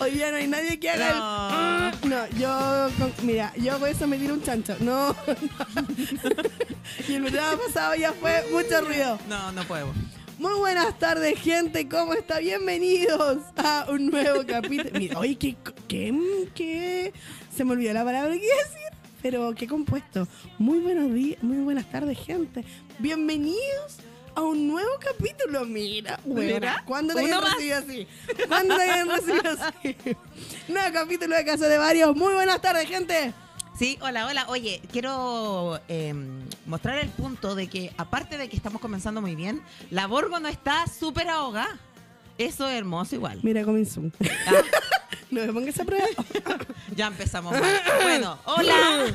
Hoy día no hay nadie que haga el. ¡ah! No, yo. con- mira, yo con eso me tiro un chancho. No. no. y el programa pasado ya fue mucho ruido. No, no puedo. Muy buenas tardes, gente. ¿Cómo está? Bienvenidos a un nuevo capítulo. Mira, oye, ¿qué, co- qué, qué- Se me olvidó la palabra que iba a decir, pero qué compuesto. Muy buenos días, muy buenas tardes, gente. Bienvenidos a un nuevo capítulo. Mira, Mira, mira. ¿Cuándo te uno habían más. recibido así? ¿Cuándo te habían recibido así? Nuevo capítulo de Casa de Varios. Muy buenas tardes, gente. Sí, hola, hola. Oye, quiero eh, mostrar el punto de que, aparte de que estamos comenzando muy bien, la Borgo no está súper ahogada. Eso es hermoso igual. Mira, comenzó. Ah, No me pongas a prueba. ya empezamos mal. Bueno, hola.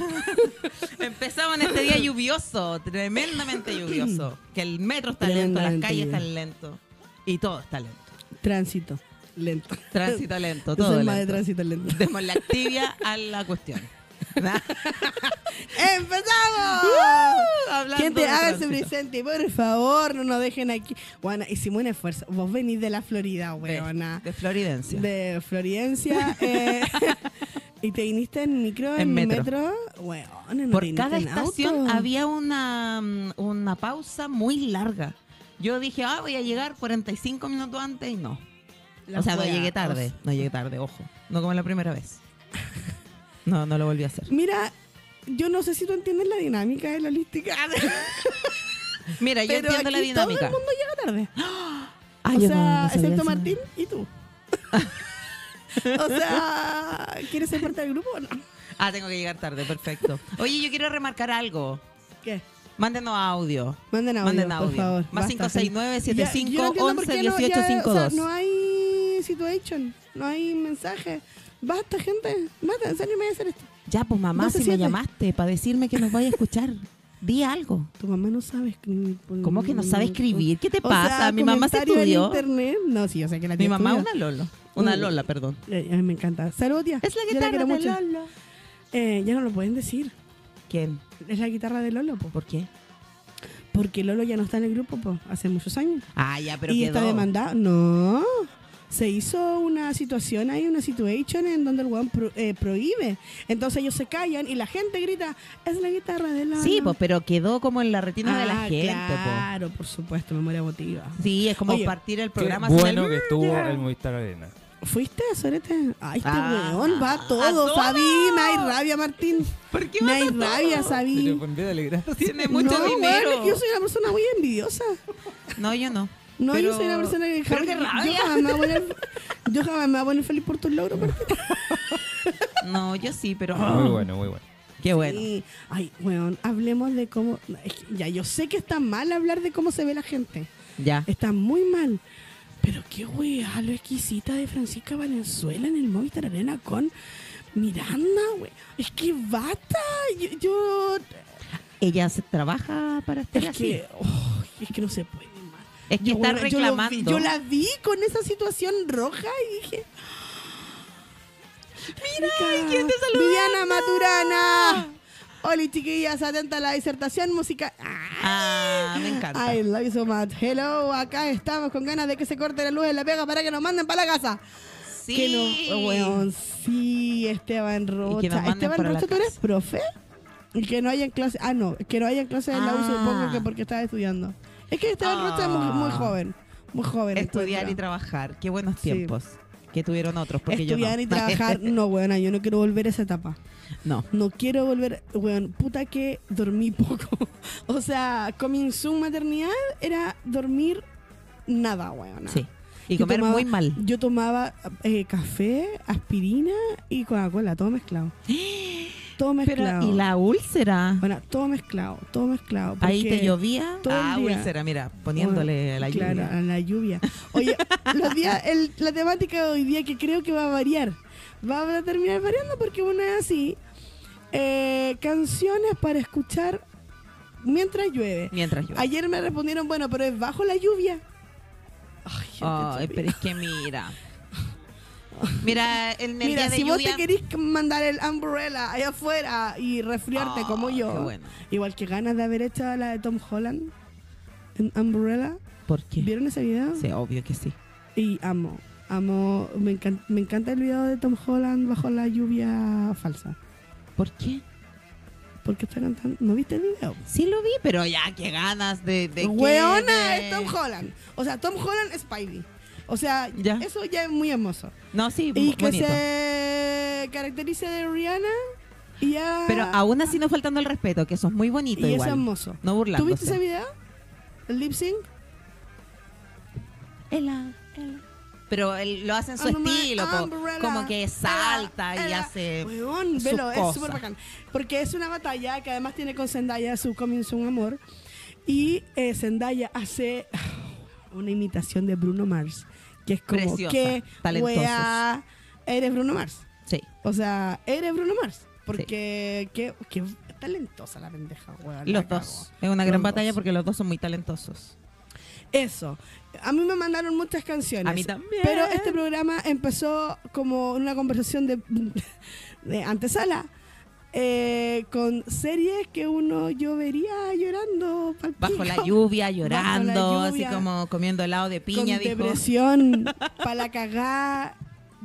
empezamos en este día lluvioso, tremendamente lluvioso. Que el metro está lento, las Tremendamente calles están lluvioso. lento. Y todo está lento. Tránsito. Lento. Tránsito lento, Yo todo soy más de lento. tránsito lento. Demos la actividad a la cuestión. ¡Empezamos! Hablando Gente, de háganse tránsito. presente, por favor, no nos dejen aquí. Bueno, hicimos un esfuerzo. Vos venís de la Florida, weona. De Floridencia. De Floridencia. eh, y te viniste en micro, en, En metro. metro. Weona, no te Por viniste cada en estación auto. había una, mm, una pausa muy larga. Yo dije, ah, voy a llegar 45 minutos antes y no. La o sea, no wea, llegué tarde. No llegué tarde, ojo. No como la primera vez. No, no lo volví a hacer. o- Mira, yo no sé si tú entiendes la dinámica de la holística. Mira, yo pero entiendo la aquí Todo dinámica. el mundo llega tarde. Ah, o yo no- sea, no sabía excepto eso. Martín y tú. o sea, ¿quieres ser parte del grupo o no? Ah, tengo que llegar tarde, perfecto. Oye, yo quiero remarcar algo. ¿Qué? Mándenos audio. Manden audio, Manden audio. por favor. Más Basta, 569 gente. Ya, 75 yo no entiendo por qué no, 11 ya, 18 o sea, 52. No hay situation, no hay mensaje. Basta, gente. Basta, en serio me voy a hacer esto. Ya, pues mamá, si me 12-7. llamaste para decirme que nos vaya a escuchar, di algo. Tu mamá no sabe escribir. por- ¿Cómo que no sabe escribir? ¿Qué te O sea, pasa? Mi mamá se comentario en estudió. internet. No, sí, yo sé que la Mi tía mamá, estudió. una Lolo. Una Mm. Lola, perdón. Eh, a mí me encanta. Saludos, tía. Es la Yo guitarra quiero de mucho. Lolo. Eh, ya no lo pueden decir. ¿Quién? Es la guitarra de Lolo, po. ¿Por qué? porque Lolo ya no está en el grupo po, hace muchos años. Ah, ya, pero y quedó. está demandado. No. Se hizo una situación ahí, una situation en donde el weón pro- eh, prohíbe. Entonces ellos se callan y la gente grita, es la guitarra de la... Ah, Sí, pues, pero quedó como en la retina de la gente, pues. Claro, por supuesto, memoria emotiva. Sí, es como Oye, partir el Qué programa sin bueno el- que estuvo ya. el Movistar Arena. ¿Fuiste, Sorete? Ay, este Ah, weón va a a todo, todo. Fabi. Me hay rabia, Martín. ¿Por qué Me vas hay a todo? rabia, Pero Sabi. en vez de alegrar, Tiene mucho no, weón, dinero. es que yo soy una persona muy envidiosa. No, yo no. No, Pero- yo soy una persona que Pero qué yo rabia. jamás me voy a poner, yo jamás me voy a poner feliz por tus logros, Martín. No, yo sí, pero. muy bueno, muy bueno. Qué bueno. Ah, Sí. Ay, weón, hablemos de cómo. es que Ya, yo sé que está mal hablar de cómo se ve la gente. Ya. Está muy mal. Pero qué weá lo exquisita de Francisca Valenzuela en el Movistar Arena con Miranda, weón. Es que basta. Yo. yo- Ella se trabaja para estar es, así. que, oh, es que no se puede más. Es que Yo, está weón, yo lo vi- reclamando. Yo, la vi con esa situación roja y dije. Mira, hay gente saludando. Viviana Maturana. Oli, chiquillas, atenta a la disertación musical. Ah, Ah, me encanta. I love you so much. Hello, acá estamos con ganas de que se corte la luz en la pega para que nos manden para la casa. sí. Que no, oh, weón, sí, Esteban Rocha. nos manden Esteban para la Rocha, ¿tú eres casa. profe? Y que no haya en clase. Ah, no, que no haya en clase en la U, Ah. supongo que porque estaba estudiando. Es que Esteban Rocha es muy, muy Ah. joven. Muy joven. Estudiar y encuentro. trabajar. Qué buenos Sí. tiempos. Que tuvieron otros, porque Estudiar yo no. y trabajar. No, weón, yo no quiero volver a esa etapa. no. No quiero volver, weón, puta que dormí poco. o sea, coming soon maternidad era dormir nada, weón. Sí. Y Yo comer tomaba- muy mal. Yo tomaba eh, café, aspirina y Coca-Cola, todo mezclado. Todo mezclado. y la úlcera. Pues Bueno, todo mezclado, todo mezclado. Ahí te porque- llovía. todo el ah, día. úlcera, mira, poniéndole Bueno, la lluvia. Claro, ah, a la lluvia. Oye, los días, el- la temática de hoy día que creo que va a variar. Va a terminar variando porque una es así. eh, canciones para escuchar mientras llueve. Mientras llueve. Ayer me respondieron, bueno, pero es bajo la lluvia. Ay, gente Ay, estúpida. pero es que mira. Mira, en el día Mira, de si vos lluvia. te querís mandar el umbrella allá afuera y resfriarte Ah, como yo, qué bueno. igual que ganas de haber hecho la de Tom Holland, en Umbrella. ¿Por qué? ¿Vieron ese video? Sí, obvio que sí. Y amo, amo, me, encan- me encanta el video de Tom Holland bajo la lluvia falsa. ¿Por qué? Porque está cantando. ¿No viste el video? Sí lo vi, pero ya, qué ganas de... de que- Weona de- es Tom Holland. O sea, Tom Holland es Spidey. O sea, Ya. eso ya es muy hermoso. No, sí, Y bo- que bonito. se caracterice de Rihanna y ya. Pero aún así no faltando el respeto, que eso es muy bonito y es igual. hermoso. No burlándose. ¿Tuviste ese video? ¿El lip sync? Ela, ela. Pero él- lo hace en su Umbrella, estilo, po. umbrella, como que salta y ela. hace... Weón, sus velo, es cosas. súper bacán. Porque es una batalla que además tiene con Zendaya su Coming Soon Amor. Y eh, Zendaya hace una imitación de Bruno Mars. Que es como Preciosa, que. talentosos. weá, Eres Bruno Mars. Sí. O sea, eres Bruno Mars. Porque qué, qué talentosa la pendeja, weón. la Los cago. dos. Es una Los gran batalla dos. porque los dos son muy talentosos. Eso. A mí me mandaron muchas canciones. A mí también. Pero este programa empezó como una conversación de, de antesala. eh, con series que uno yo vería llorando pal Bajo la pico, lluvia, llorando, lluvia. así como comiendo helado de piña, con dijo. depresión para la cagada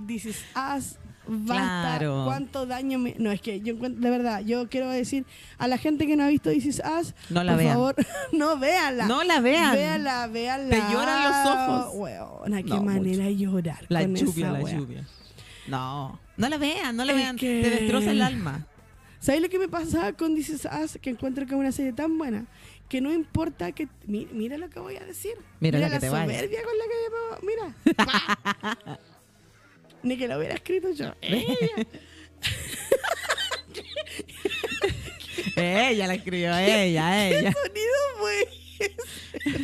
this is us basta Claro. cuánto daño me... no es que yo encuentro de verdad yo quiero decir a la gente que no ha visto this is us No la por vean. favor no véanla No la vean. véanla véanla Te lloran los ojos. Weona, qué No, manera de llorar La con lluvia, esa la wea. lluvia. No, no la vean, no la Es vean. que- Te destroza el alma. ¿Sabes lo que me pasa con This Is Us? Que encuentro que es una serie tan buena que no importa que. mi- mira lo que voy a decir. Mira la la que te vaya. soberbia con la que me. Mira. Ni que lo hubiera escrito yo. Eh, ella la escribió, ella, ¿Qué ella. sonido fue?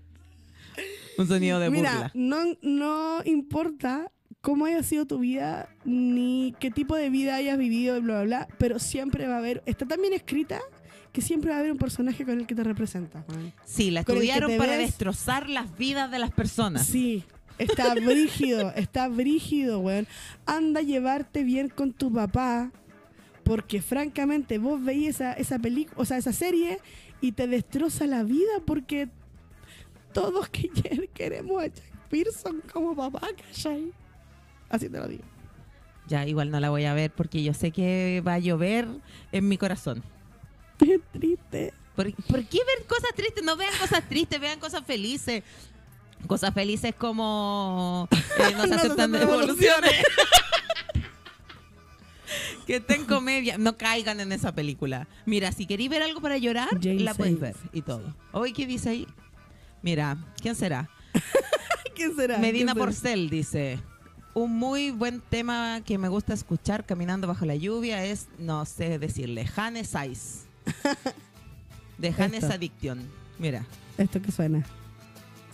Un sonido de Mira, burla. no, no importa cómo haya sido tu vida, ni qué tipo de vida hayas vivido, bla, bla, bla, pero siempre va a haber. Está tan bien escrita que siempre va a haber un personaje con el que te representas. Juan. Sí, la con el que estudiaron te para ves- destrozar las vidas de las personas. Sí, está brígido, está brígido, weón. Anda a llevarte bien con tu papá, porque francamente vos veís esa, esa película, o sea, esa serie y te destroza la vida porque todos que quer- queremos a Jack Pearson como papá, ¿cachai? Así te lo digo. Ya, igual no la voy a ver porque yo sé que va a llover en mi corazón. Qué triste. ¿Por, por qué ver cosas tristes? No vean cosas tristes, vean cosas felices. Cosas felices como eh, no se aceptan devoluciones. que estén comedia. No caigan en esa película. Mira, si queréis ver algo para llorar, Jane la puedes ver Sainz. y todo. Hoy, ¿qué dice ahí? Mira, ¿quién será? ¿Quién será? Medina ¿Quién será? Porcel dice, un muy buen tema que me gusta escuchar caminando bajo la lluvia es, no sé decirle, Hannes Ice. De Hannes Esto. Addiction. Mira. Esto que suena.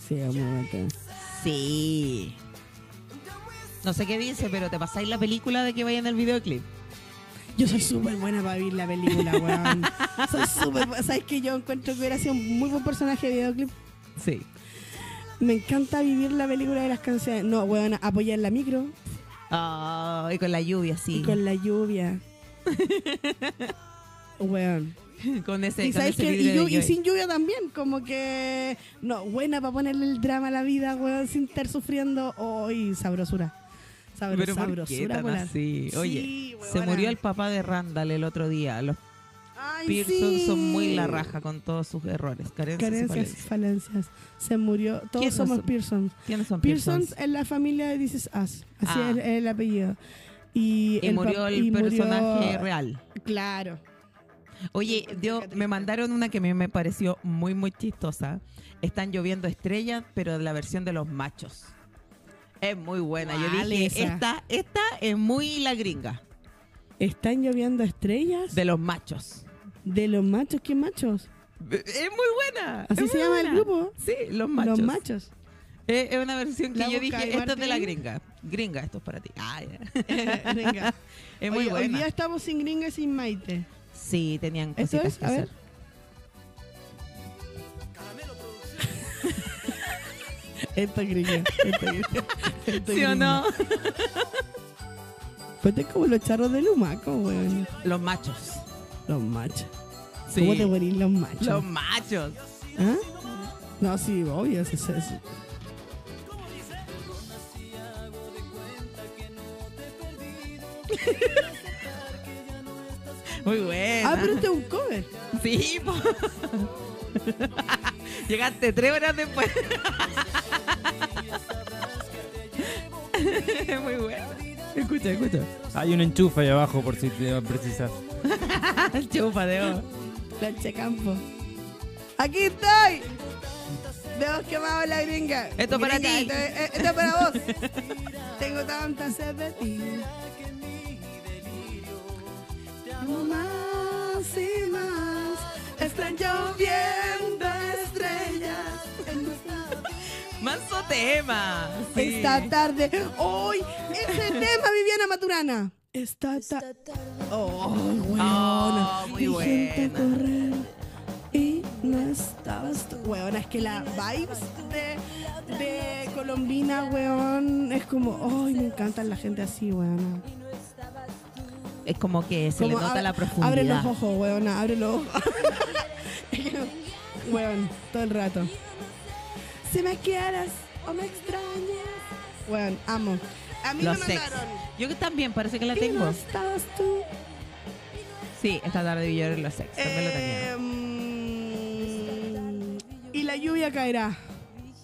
Sí, es muy buen tema. Sí. No sé qué dice, pero te pasáis la película de que vaya en el videoclip. Yo soy súper buena para vivir la película, weón. soy súper bu- ¿Sabes que Yo encuentro que hubiera sido un muy buen personaje de videoclip. Sí. Me encanta vivir la película de las canciones. No, weón, apoyar la micro Ah, y con la lluvia, sí. y con la lluvia. weón. Con ese, y, con sabes ese que, y, vidrio llu- de y lluvia. sin lluvia también, como que. No, buena para ponerle el drama a la vida, weón, sin estar sufriendo. hoy sabrosura. Sabro- Pero ¿por qué sabrosura, tan polar. así? Oye, Sí, se weona. murió el papá de Randall el otro día. Los Ay, Pearson sí. son muy la raja con todos sus errores. Carencias, y Carencias y falencias. falencias. Se murió. Todos ¿Quiénes somos son? Pearson. ¿Quiénes son Pearson Pearsons? es la familia de This Is Us. Así Ah. es el, el apellido. Y, Y el murió pap- el y murió- personaje real. Claro. Oye, yo, me mandaron una que a mí me pareció muy, muy chistosa. Están lloviendo estrellas, pero la versión de los machos. Es muy buena. Yo ¿Cuál dije, esa? esta, esta es muy la gringa Están lloviendo estrellas de, de los machos. los machos. ¿Qué machos? Es muy buena. Así es se muy llama el buena. grupo. Sí, los machos. Los machos. Es, es una versión que La busca yo dije, ahí, esta es de la Martín. gringa. Gringa, esto es para ti. Ah, ya. Venga. Es muy Oye, Hoy buena. día estamos sin gringa y sin maite. Sí, tenían ¿Esto cositas es? que A ver. hacer. Esto es gringa. Esto es gringa. Esto es ¿Sí o gringa. no? Pues esto es como los charros de Lumaco, weón. Los machos. Los machos. Sí. ¿Cómo te morís los machos? Los machos. ¿Ah? No, sí, obvio, es, es, es- Muy Ah, buena. pero este es un cover. Sí, po. Llegaste tres horas después. Muy bueno. Escucha, escucha. Hay un enchufe ahí abajo por si te precisas. Chupa de oro. Plancha Campo. Aquí estoy. Dedos quemados en la gringa. Esto es para Gringa, ti. Esto, es- esto es para vos. Tengo tanta sed de ti. Amo más y más. Están lloviendo estrellas. en nuestra- Manso tema. Sí. Esta tarde. ¡Hoy! Ese tema, Viviana Maturana. Esta tarde. ¡Oh, weona! Oh, muy Y gente a buena. correr. Y no estabas tú. Weona, es que la vibes de, de Colombina, weón, es como. ¡Ay, me encantan la gente así, weona! Es como que se Como le nota abre- la profundidad. Abre los ojos, weona, abre los ojos. Weón, todo el rato. Si me quieres o me extrañas. Weón, amo. A mí Los me sex. mandaron. Yo también parece que la Y tengo. no estabas tú. Sí, esta tarde yo en los sex. También Eh, la tenía. Em, y la lluvia caerá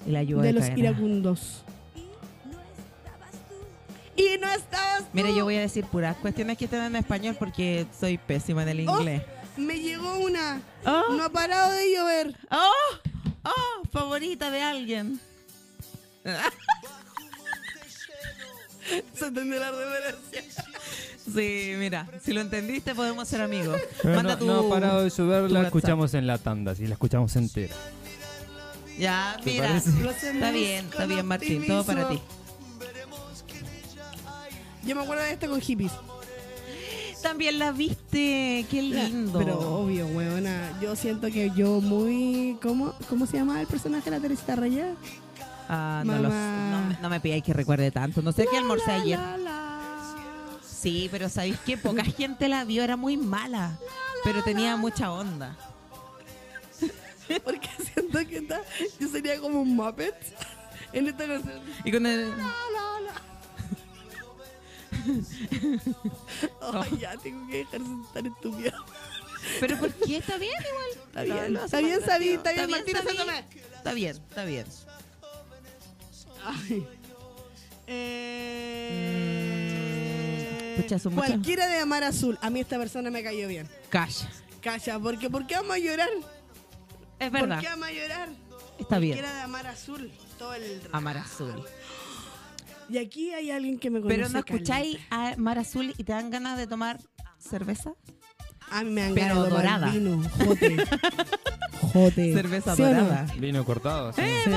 Y la ayuda de de los cadena. iracundos. Y no estabas tú. Mira, yo voy a decir puras cuestiones que están en español porque soy pésima en el Oh, inglés. Me llegó una. Oh. No ha parado de llover. ¡Oh! ¡Oh! Favorita de alguien. Se entendió la revelación. Sí, mira, si lo entendiste podemos ser amigos. Pero Manda Eh, no, tu- no ha parado de tu subirla, WhatsApp. escuchamos en la tanda, sí, la escuchamos entera. Ya, ¿Te mira. parece? Está bien, está bien, Martín, todo para ti. Yo me acuerdo de esta con hippies. También la viste, qué lindo. Pero obvio, weona. Yo siento que yo muy. ¿Cómo, cómo se llama el personaje de la Teresita Raya? Ah, no, lo sé. Mamá. no, me- no me pidáis que recuerde tanto. No sé qué almorcé ayer. La, la. Sí, pero ¿sabéis qué? Poca gente la vio, era muy mala. Pero tenía mucha onda. Porque siento que está, yo sería como un Muppet en esta canción. Y con el. Ay, ya tengo que dejar de estar estúpida. Pero ¿por qué? Está bien, igual. Está bien, lo hace está bien, más Sabi, divertido. está bien, Martín, Sabi. haciéndome. Está bien, está bien. Ay. Eh, Mm, pucha, son muchas. Cualquiera de Amar Azul. A mí esta persona me cayó bien. Calla. Calla, porque ¿por qué vamos a llorar? Es ¿Por verdad. qué vamos a llorar? Está bien. Cualquiera de Amar Azul. Todo el rato. Amar Azul. Y aquí hay alguien que me conoce. Pero no caleta. escucháis a Mar Azul y te dan ganas de tomar cerveza. A mí me han Pero ganado tomar dorada. Vino, jote. jote. Cerveza ¿Sí o no? dorada. Vino cortado, sí. Sí,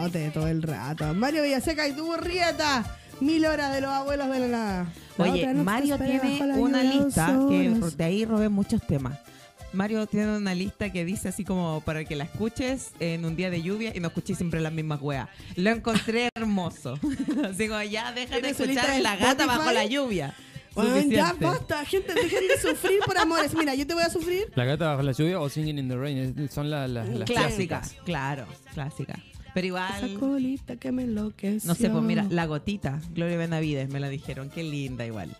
jote todo el rato. Mario Villaseca y tu burrieta. Mil horas de los abuelos de la nada. La Oye, otra noche Mario esperé tiene bajo la una lluvia dos lista que horas. de ahí robé muchos temas. Mario tiene una lista que dice así como para que la escuches en un día de lluvia y no escuches siempre las mismas weas. Lo encontré hermoso. Así como ya deja de ¿Tiene su escuchar lista a de la gata Spotify? bajo la lluvia. Bueno, ya Suficiente. basta, gente, dejen de sufrir por amores. Mira, yo te voy a sufrir. La gata bajo la lluvia o Singing in the Rain, es- son la- la- las Clásicas, clásicas. claro, clásicas. Pero Esa igual, colita que me enloqueció. no sé, pues mira, la gotita, Gloria Benavides, me la dijeron, qué linda igual.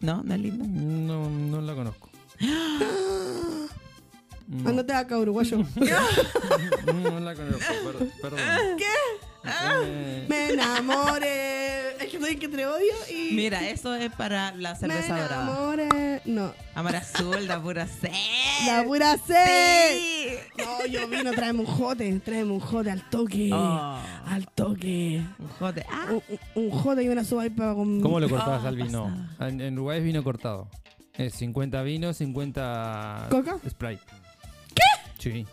¿No? ¿No es linda? No, no la conozco. No, Andate acá, uruguayo. no la conozco, perdón. perdón. ¿Qué? Ah. Eh, Me enamoré. Es que estoy que entre odio y. Mira, eso es para la me cerveza dorada. enamoré. No. Amar azul, la pura sed. La pura sed. Sí. No, yo vino, tráeme un jote, tráeme un jote al toque. Oh. Al toque. Un jote. Ah, Un, un- un jote y una sopa con. ¿Cómo lo cortabas al vino? pasada. En, en Uruguay es vino cortado. Es 50 vino, 50 ¿Coca? Sprite. ¿Qué? Sí.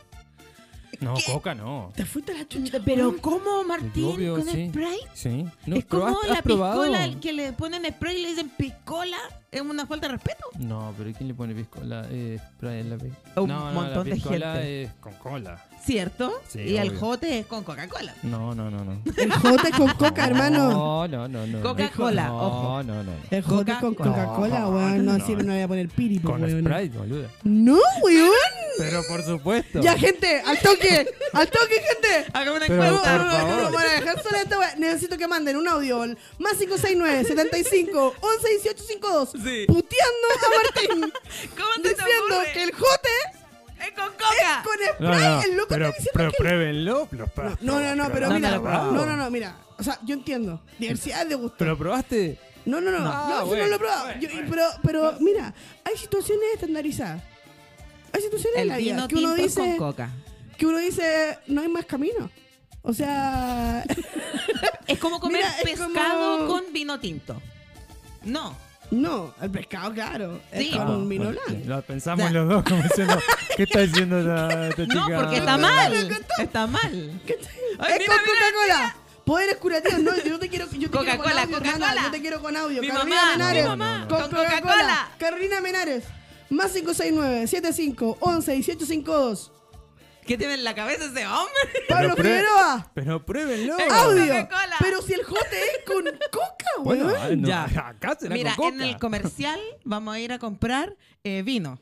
No, coca no. Te fuiste a la chucha. pero ¿cómo, Martín? Obvio, ¿Con sí. Sprite? Sí. No, es como ¿probaste- has la probado? piscola al que le ponen spray y le dicen piscola. Es una falta de respeto. No, pero ¿quién le pone piscola? Eh, Sprite, la pi- A un no, no, montón de la piscola gente. es con cola. ¿Cierto? Sí, y el obvio. jote es con Coca-Cola. No, no, no, no. El jote con coca, hermano. No, no, no, no. Coca-Cola, no, ojo. No, no, no. El jote con Oh. Coca-Cola. Oh, Coca-Cola, weón. No, No. sirve, no le voy a poner piripo, Con weón. Sprite, boludo. No, weón. Pero por supuesto. Ya, gente, al toque, al toque, gente. Haga No, una Pero- no, por no, no, favor. no, para dejar sola esta wea, necesito que manden un audio al más 569 75 11 18 52 Sí. puteando a Martín ¿Cómo te te diciendo ocurre? eh? que el jote ¡Es con coca! Ah. con No, spray no, el loco pero, está diciendo pero que el- pruébenlo. Lo, No, no, no, pero No, mira, no lo probamos. no, no, no, mira, o sea, yo entiendo, diversidad de gusto. ¿Pero lo probaste? No, no, no, No, Ah, no, eso no bueno, lo he probado. bueno, Yo- y- bueno. pero, pero mira, hay situaciones estandarizadas. Hay situaciones en El la vida vino que uno tinto es con dice coca. que uno dice no hay más camino. O sea, Es como comer Mira, es pescado como- con vino tinto. No. no, el pescado claro, Sí. es Ah, como un vino bueno, blanco. Lo pensamos Ya. los dos como diciendo, ¿qué está diciendo la, esta chica? No, porque está mal. Está mal. Ay, es con mira, mira, Coca-Cola. Poderes curativos, no, yo te quiero, yo te quiero con Coca-Cola, audio, hermana, Coca-Cola. yo te quiero con audio. Mi Carolina mamá, mi Menares, mamá. con, Con Coca-Cola. Coca-Cola. Carolina Menares, más 569, 75, 11, 1852. ¿Qué tiene en la cabeza ese hombre? Pero Pablo prue- Figueroa, Eh, Pero pruébenlo. Es audio. Coca-Cola. Pero si el jote es con Coca, weón. Bueno, ah, no, Ya. acá será Mira, con en coca. el comercial vamos a ir a comprar eh, vino.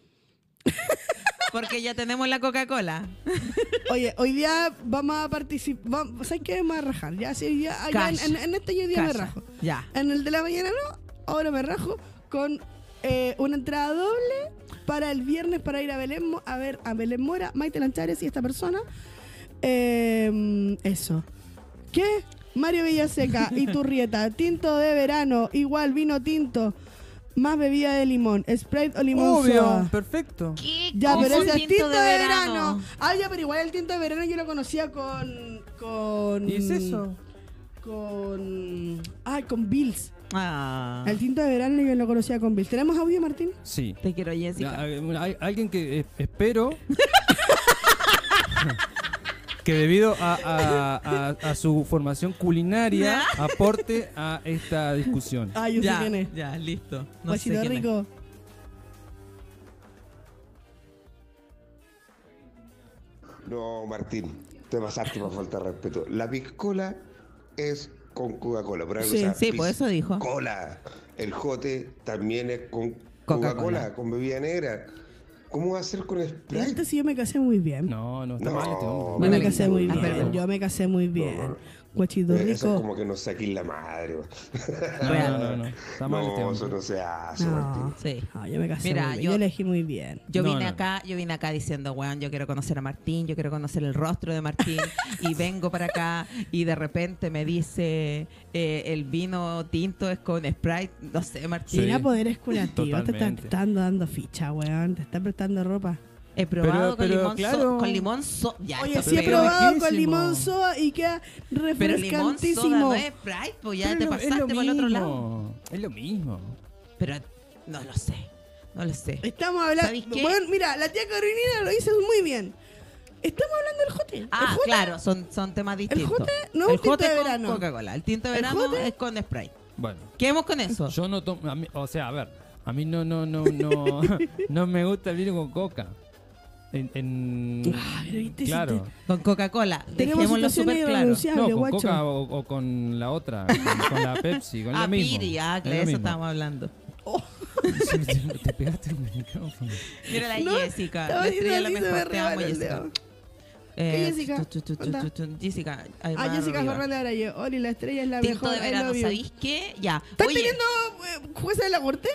Porque ya tenemos la Coca-Cola. Oye, hoy día vamos a participar. ¿Sabes qué? Vamos a rajar. Ya, sí, hoy día. ah, ya, en, Calla. en- en este yo hoy día me Calla. rajo. Ya. En el de la mañana no, ahora me rajo con eh, una entrada doble para el viernes para ir a Belén, Mo- a ver a Belén Mora, Maite Lanchares y esta persona. Eh, eso. ¿Qué? Mario Villaseca y Turrieta, tinto de verano, igual vino tinto, más bebida de limón, Sprite o limón soda. Obvio, perfecto. ¿Qué? Ya, ¿Cómo pero un ese es tinto de verano. Ah, ya, pero igual el tinto de verano yo lo conocía con. con ¿Y es eso? Con. Ay, con Bills. Ah, El tinto de verano yo lo conocía con Bills. ¿Tenemos audio, Martín? Sí. te quiero, Ya, Jessica. hay- bueno, hay alguien que eh, espero que debido a, a- a- a su formación culinaria aporte a esta discusión. Ay, Ah, yo ya, sé quién es. ya, listo. No Guachito sé quién es. rico. No, Martín, te pasaste por falta de respeto. La piscola es con Coca-Cola. por algo Sí, se llama sí, por eso dijo. Piscola. El jote también es con Coca-Cola. Coca-Cola, con bebida negra. ¿Cómo va a ser con Sprite? este Antes sí yo me casé muy bien. No, no está No. mal este hombre. Yo me Bueno, casé muy ah, bien. perdón. Yo me casé muy bien. Guachito Eh, Eso es rico. como que nos saquen la madre. No, no, no, no, Está mal este No, eso hombre. no se hace, No, Martín. Sí. no, yo me casé Mira, muy bien. Yo, yo- elegí muy bien. Yo No, vine no, no. acá, yo vine acá diciendo, weón, yo quiero conocer a Martín, yo quiero conocer el rostro de Martín, y vengo para acá y de repente me dice eh, el vino tinto es con Sprite, no sé, Sí. Martín. Mira, poderes curativos. Te están, Totalmente. te están dando ficha, weón. Te están prestando ropa. He probado con, Pero- pero limón so- claro. con limón so- ya, Oye, está sí he feo. pero probado con riquísimo. limón soda y queda Pero limón soda refrescantísimo. no es Sprite, pues ya Pero te es lo- es pasaste lo por el otro mismo, lado. Es lo mismo. Pero no lo sé, no lo sé. Estamos hablando. ¿Sabéis qué? Bueno, mira, la tía Carolina lo dice muy bien. Estamos hablando del jote. Ah, el jote, claro, son, son temas distintos. jote no es el tinto jote de con verano. Coca-Cola, el tinto de El verano jote- es con Sprite. Bueno, Quedemos con eso. yo no tomo, a mí- o sea, a ver, a mí no, no, no, no, no me gusta el vino con coca. En, en- Ah, pero viste, claro. Con Coca-Cola, Tenemos dejémoslo situaciones súper claro. irrenunciables, No, con guacho. coca o, o con la otra, con, con la Pepsi, con Ah, lo mismo. Piri, ah, es que lo de eso mismo. estábamos hablando. Te pegaste en el micrófono. Mira la No, Jessica, estaba la estrella de diciendo la así, se mejor, me te amo resbaló el Jessica. dedo. Eh, ¿Qué Jessica? tu, tu, tu, tu, Anda. tu, tu, Jessica, ahí Ah, más Jessica arriba. Fernández Araya. Oli, la estrella es la Tinto mejor. de I verano, love you. ¿sabéis qué? Ya. ¿Estás Oye, teniendo eh, jueza de la corte?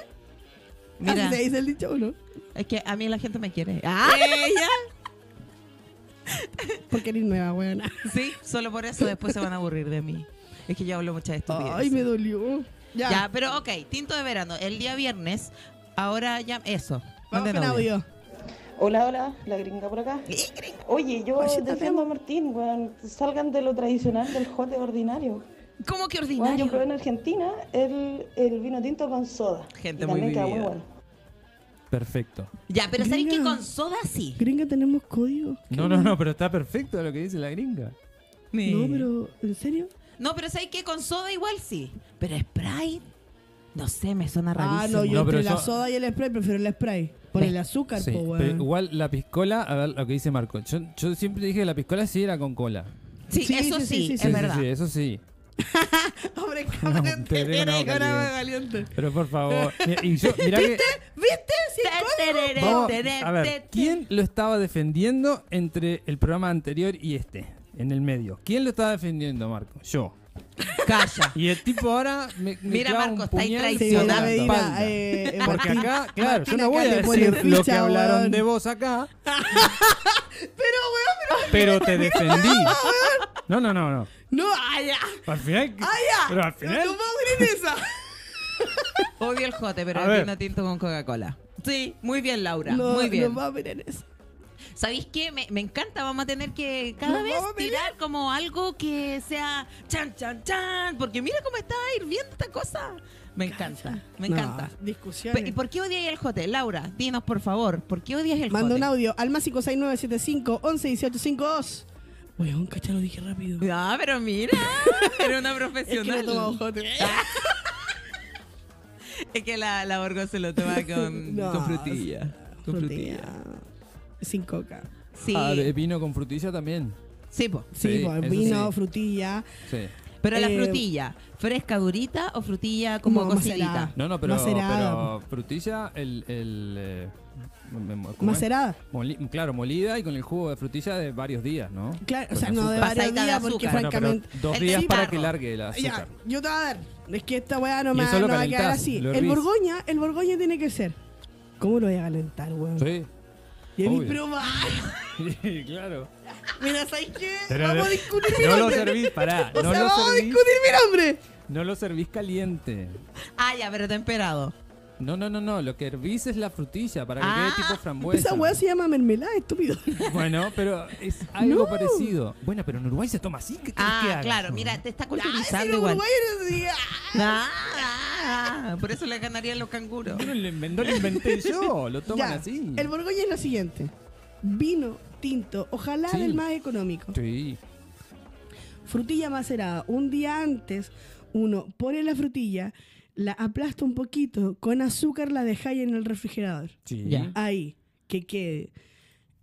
Mira. mira, Así se dice el dicho, ¿o ¿no? es que a mí la gente me quiere. ¡Ah! Porque eres nueva, weón. Sí, solo por eso después se van a aburrir de mí. Es que yo hablo muchas estupideces. Ay, me dolió. Ya. Ya. pero ok, tinto de verano, el día viernes, ahora ya, eso. Vamos manden con audio. audio. Hola, hola, la gringa por acá. Oye, yo Oye, defiendo a Martín, weón. Salgan de lo tradicional del jote ordinario. ¿Cómo que Weón, yo probé ordinario? en Argentina el, el vino tinto con soda. Gente Y muy también queda vivida. bueno. Perfecto. Ya, pero ¿sabéis que Mira. con soda sí? Gringa, tenemos código. No, no, no, pero está perfecto lo que dice la gringa. No, pero, ¿en serio? No, pero ¿sabéis que con soda igual sí? Pero Sprite, no sé, me suena rarísimo. Ah, no, yo No, entre pero la eso- soda y el spray prefiero el spray. Por Ve. el azúcar, Sí, po, pero weón. igual la piscola, a ver lo que dice Marco. Yo, yo siempre dije que la piscola sí era con cola. Sí, Sí, eso sí, sí, sí, sí, es Sí, sí, verdad. sí, eso sí. Hombre, te veo una boca cámara caliente. caliente. Pero por favor. Mira, y yo, mira que. ¿Viste? Vamos- a ver, ¿quién lo estaba defendiendo entre el programa anterior y este? En el medio. ¿Quién lo estaba defendiendo, Marco? Yo. Calla. Y el tipo ahora me, me Mira, clava Marco, un estáis puñal en Sí, traicionando. la la Medina, espalda. eh, eh, Porque Martín- acá, claro, yo Martín no voy acá a le pone decir lo que ficha, hablaron weón. de vos acá. pero, te defendí. No, no, no, no. No, allá. Al final. Allá. Pero al final. No puedo creer esa. Odio el jote, pero A el ver. vino tinto con Coca-Cola. Sí, muy bien, Laura. No, muy bien. No puedo creer eso. ¿Sabéis qué? Me, me encanta. Vamos a tener que cada Nos vez vamos a pelear. tirar como algo que sea chan, chan, chan. Porque mira cómo está hirviendo esta cosa. Me encanta, me No, encanta. Pe- Discusiones. ¿Y por qué odias el jote? Laura, dinos por favor, ¿por qué odias el Manda un jote? audio al más 56975 111852. Weón, cacha, lo dije rápido. Ah, pero mira, era una Es que profesional. no toma ojote. Es que la, la Borgo se lo toma con, No, con frutilla. Con frutilla. Sin coca. Sí, Ah, de vino con frutilla también. sí, po. Sí, Sí, pues, eso vino, sí. frutilla. Sí. Pero la Eh, frutilla, ¿fresca durita o frutilla como No, cocidita? macerada. No, no, pero, Macerada. pero frutilla, el. el eh, me- me- ¿cómo es? Macerada. Moli- claro, molida y con el jugo de frutilla de varios días, ¿no? Claro, o Con sea, no de azúcar. varios Pasadita de días, porque azúcar. Bueno, pero francamente. dos El días para cigarro. que largue el azúcar. Ya, yo te voy a dar. Es que esta weá no Y me eso va- lo no va a quedar calentás, así. lo El hervís. Borgoña, el Borgoña tiene que ser. ¿Cómo lo voy a calentar, weón? Sí. y a mí, obvio. pero va- Sí, claro. Mira, ¿sabes qué? Pero vamos a no- discutir mi No lo nombre. servís, pará. o No sea, lo vamos a servís, discutir mi nombre. no lo servís caliente. Ah, ya, pero temperado. No, no, no, no. Lo que hervís es la frutilla para que Ah, quede tipo frambuesa. Esa weá se llama mermelada, estúpido. Bueno, pero es algo No. parecido. Bueno, pero en Uruguay se toma así. ¿qué querés que Ah, haga? claro, mira, te está Ah, ese culturizando era igual. uruguayo, no sé. Ah, ah, ah, por eso le ganarían los canguros. Yo no lo inven- no lo inventé yo, lo toman Ya, así. El Borgoña es lo siguiente. Vino tinto, ojalá Sí. del más económico. Sí. Frutilla macerada. Un día antes, uno pone la frutilla, la aplasta un poquito, con azúcar la deja ahí en el refrigerador. Sí. Ya. Ahí, que quede.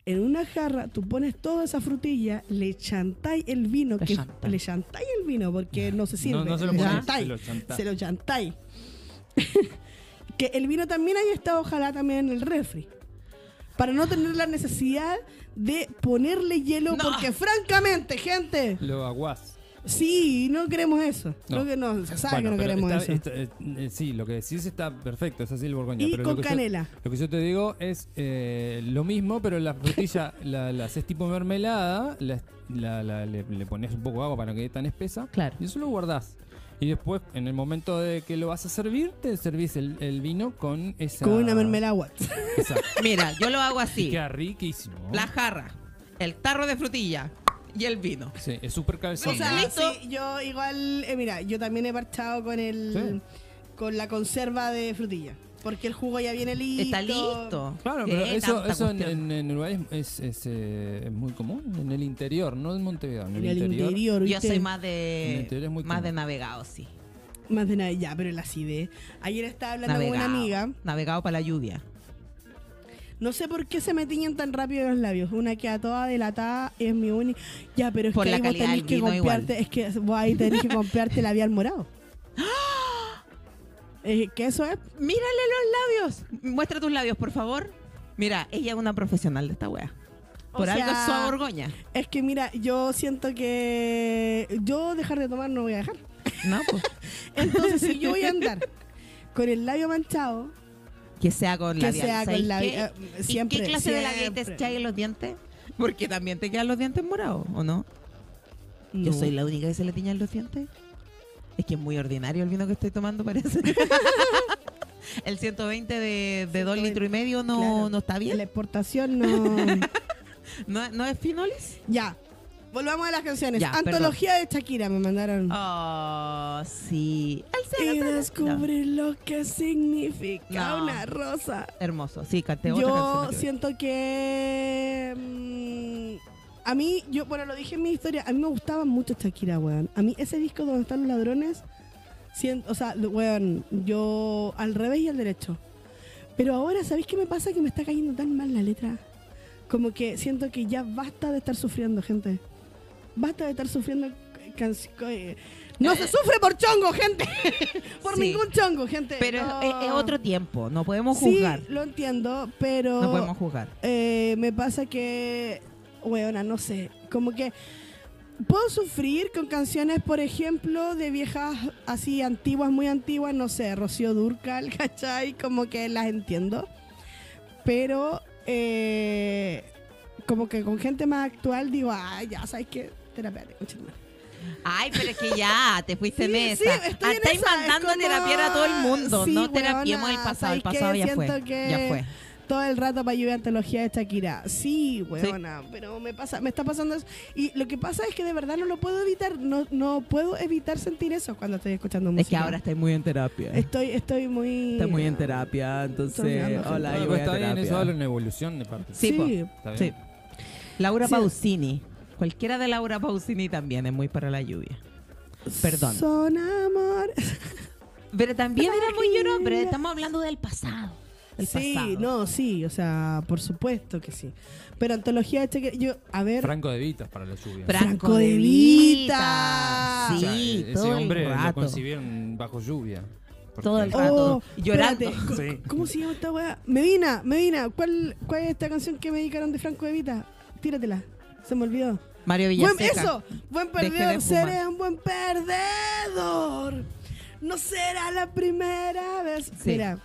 En una jarra, tú pones toda esa frutilla, le chantáis el vino, Le que chantáis. le chantáis el vino porque no se sirve. No, no se lo le pones, chantáis, se lo chantáis. se lo chantáis. que el vino también haya estado, ojalá también en el refri. Para no tener la necesidad de ponerle hielo, No. porque francamente, gente, Lo aguás. Sí, no queremos eso. No. Creo que no, se sabe que Bueno, no pero queremos está- eso. está- eh, eh, sí, lo que decís está perfecto, es así el borgoña. Y pero con lo que yo- canela. lo que yo te digo es eh, lo mismo, pero la frutilla la, la haces tipo mermelada, la, la- la- le, le pones un poco de agua para no quede tan espesa. Claro. Y eso lo guardás. Y después, en el momento de que lo vas a servir, te servís el, el vino con esa. Con una mermelada Watts. Exacto. Mira, yo lo hago Y así. queda riquísimo. La jarra, el tarro de frutilla y el vino. Sí, es súper O calzón. sea, Listo. sí, yo igual, eh, mira, yo también he parchado con el con la conserva de frutilla, porque el jugo ya viene listo. Está listo. Claro, pero Eh, eso, tanta eso en, cuestión. en- en Uruguay es, es, eh, es muy común, en el interior, no en Montevideo, En en el, el interior. interior, Yo ¿viste? soy más En el de interior es muy más de común. navegado, sí. Más de nada, ya, pero el acidez. Ayer estaba hablando con una Navegado. amiga, Navegado para la lluvia. no sé por qué se me tiñen tan rápido los labios. Una queda toda delatada, es mi única. Ya, pero es Por que la ahí vos calidad tenés del que vino comprarte, es que vos ahí tenés que comprarte labial morado. Eh, que eso es Mírale los labios. Muestra tus labios, por favor. Mira, ella es una profesional de esta wea. O Por algo sea- es su aborgoña. Es que mira, yo siento que yo dejar de tomar no voy a dejar. No, pues. Entonces, si yo voy a andar con el labio manchado, Que sea con Que labial. sea con ¿Sabes labial, qué? eh, ¿Y siempre, qué clase de labial te siempre. echáis en los dientes? Porque también te quedan los dientes morados, ¿o no? no. Yo soy la única que se le tiñan los dientes. Es que es muy ordinario el vino que estoy tomando, parece. el 120 de, de 2 120, litros y medio no, Claro. no está bien. La exportación no. ¿No, no es finolis? ya. Volvamos a las canciones. Ya, Antología de Shakira me mandaron. Oh, sí. El y cielo está- descubrí lo que significa No. una rosa. No, Hermoso. Sí, canté otra Yo canción. que- siento que. mm, a mí, yo, bueno, lo dije en mi historia, a mí me gustaba mucho Shakira, weón. A mí ese disco donde están los ladrones, sien- o sea, lo- weón, yo al revés y al derecho. Pero ahora, ¿sabéis qué me pasa? Que me está cayendo tan mal la letra. Como que siento que ya basta de estar sufriendo, gente. Basta de estar sufriendo c- canci- eh, No se sufre por chongo, gente. por Sí. ningún chongo, gente. Pero No. es, es otro tiempo, no podemos Sí, juzgar. lo entiendo, pero No podemos juzgar. eh, me pasa que, weona, no sé, como que puedo sufrir con canciones, por ejemplo, de viejas así antiguas, muy antiguas, no sé, Rocío Durcal, ¿cachai? Como que las entiendo, pero eh, como que con gente más actual digo, ay, ya, ¿sabes qué? Terapia de concha de madre". Ay, pero es que ya, te fuiste Sí, en esa. sí, estoy Ah, en estáis esa, es mandando como- a terapiar a todo el mundo. Sí, no terapiemos el weona, pasado, el ¿sabes qué? pasado ya fue. Siento que- Ya fue. todo el rato para lluvia antología de Shakira. Sí, weona, pero me pasa, me está pasando eso. Y lo que pasa es que de verdad no lo puedo evitar, no, no puedo evitar sentir eso cuando estoy escuchando música. Es que ahora estoy muy en terapia. estoy, estoy muy. Estás muy en terapia, entonces. Soñando, Hola, gente. yo Pero voy a está bien, eso habla terapia. en evolución de parte. Sí, po. Sí. Está Sí. bien. Laura Sí. Pausini. Cualquiera de Laura Pausini también es muy para la lluvia. Perdón. Son amor. Pero también era muy llorón, pero Tranquila. estamos hablando del pasado. Del sí, pasado. no, sí, o sea, por supuesto que sí. Pero antología de Shakira, yo, a ver. Franco de Vitas para la lluvia. Fra- Franco, Franco de de Vita. Vita. O Sí, sea, e- ese todo hombre el lo rato. concibieron bajo lluvia. Porque- Todo el rato. Oh, llorando. espérate, co- ¿Cómo se llama esta weá? Medina, Medina, ¿cuál, ¿cuál es esta canción que me dedicaron de Franco Evita? Tíratela, se me olvidó. Mario Buen, Villaseca. eso, buen Dejé de perdedor, fumar. seré un buen perdedor. No será la primera vez. Sí, Mira,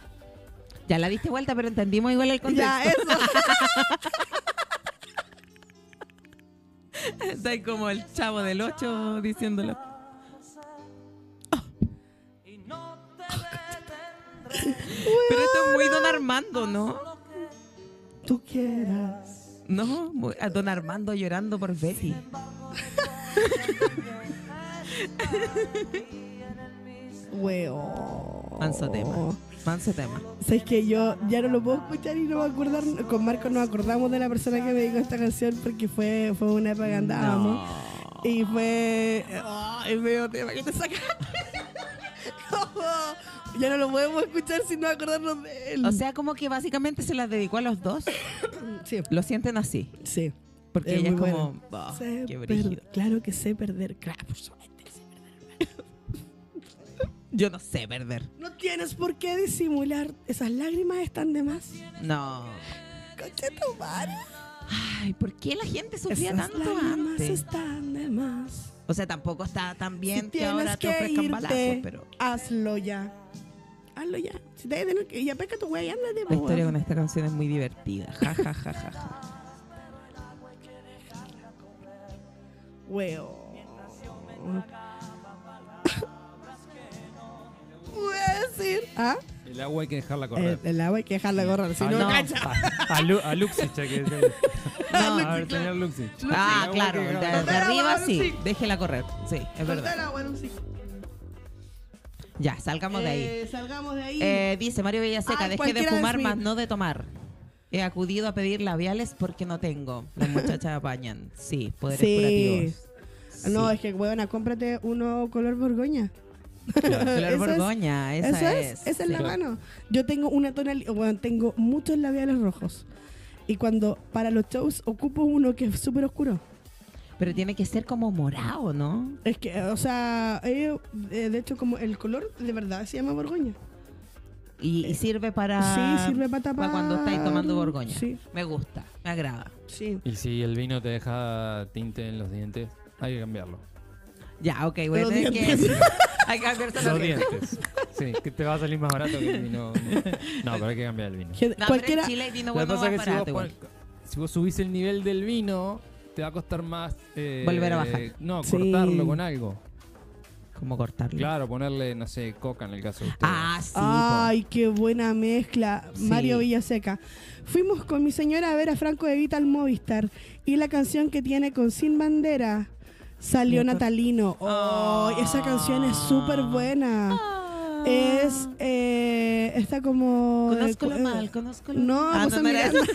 Ya la diste vuelta, pero entendimos igual el contexto. ya, eso. Está ahí como el chavo del 8 diciéndolo. Oh. Pero esto es muy Don Armando, ¿no? Tú quieras. No, muy- a Don Armando llorando por Betty. Weón. Manso tema. Manso tema. Sabes que yo ya no lo puedo escuchar y no me acordar. Con Marco nos acordamos de la persona que me dijo esta canción porque fue, fue una época que andábamos. Y fue. ¡Ay, medio tema que te sacaste! Como, ya no lo podemos escuchar sin no acordarnos de él. O sea, como que básicamente se las dedicó a los dos. sí, Lo sienten así. sí. Porque Es ella es muy como. buena. "Bah, Sé qué per- brígido". Claro que sé perder. Claro, por suerte, sé perder. Yo no sé perder. No tienes por qué disimular. Esas lágrimas están de más. No. Concha tu madre. Ay, ¿por qué la gente sufría Esas tanto lágrimas antes? están de más. O sea, tampoco está tan bien si que tienes ahora te que ofrezcan irte, balazos, pero. hazlo ya. Hazlo ya. Si te vas a tener que- ya pesca tu wey, ándate, La po, historia weón. con esta canción es muy divertida. Ja, ja, ja, ja, ja. Weón. Voy a decir, ¿ah? El agua hay que Eh, dejarla El, correr. el agua hay que dejarla correr, si Ah, no, no. cacha. A, a, Lu- a Luxich hay que decirle. A ver, señor Luxich. Ah, El agua hay claro. que De, de dejarla Soltera, arriba bueno, sí. sí. Déjela correr. Sí, es Soltá verdad. la weón, sí. Ya, salgamos de ahí. Eh, Salgamos de ahí. Eh, dice Mario Villaseca, Ay, dejé de cualquiera de fumar Smith. más no de tomar. He acudido a pedir labiales porque no tengo. Las muchachas apañan. Sí, poderes Sí. curativos. Sí. No, es que, weona, cómprate uno color borgoña. Flor eso es- Borgoña, Ah, esa Eso es. es, esa es Sí. la mano. Yo tengo una tonalidad, bueno, tengo muchos labiales rojos. Y cuando para los shows ocupo uno que es súper oscuro. Pero tiene que ser como morado, ¿no? Es que, o sea, eh, eh, de hecho, como el color de verdad se llama borgoña. Y, y sirve para. Eh, sí, sirve para tapar. Para cuando estáis tomando Borgoña. Sí, Me gusta, me agrada. sí. Y si el vino te deja tinte en los dientes, hay que cambiarlo. Ya, ok, voy a Los tener que. dientes. Hay que cambiarse los Los dientes. dientes. Sí, que te va a salir más barato que el vino. No, pero hay que cambiar el vino. Gente, No, cualquiera. pero en Chile hay vino Lo que bueno pasa más es que si vos, barato. igual. pon- si vos subís el nivel del vino, te va a costar más. eh, Volver a bajar. No, Sí. cortarlo con algo. ¿Cómo cortarlo? Claro, ponerle, no sé, coca en el caso de ustedes. Ah, sí. po. Ay, qué buena mezcla. Sí. Mario Villaseca. Fuimos con mi señora a ver a Franco de Vita al Movistar. Y la canción que tiene con Sin Bandera salió Mira, Natalino. Ah. Oh, esa canción es súper buena. Ah. Es. Eh, está como. Conozco lo eh, mal, conozco lo No, Ah, José no, no era Miranda.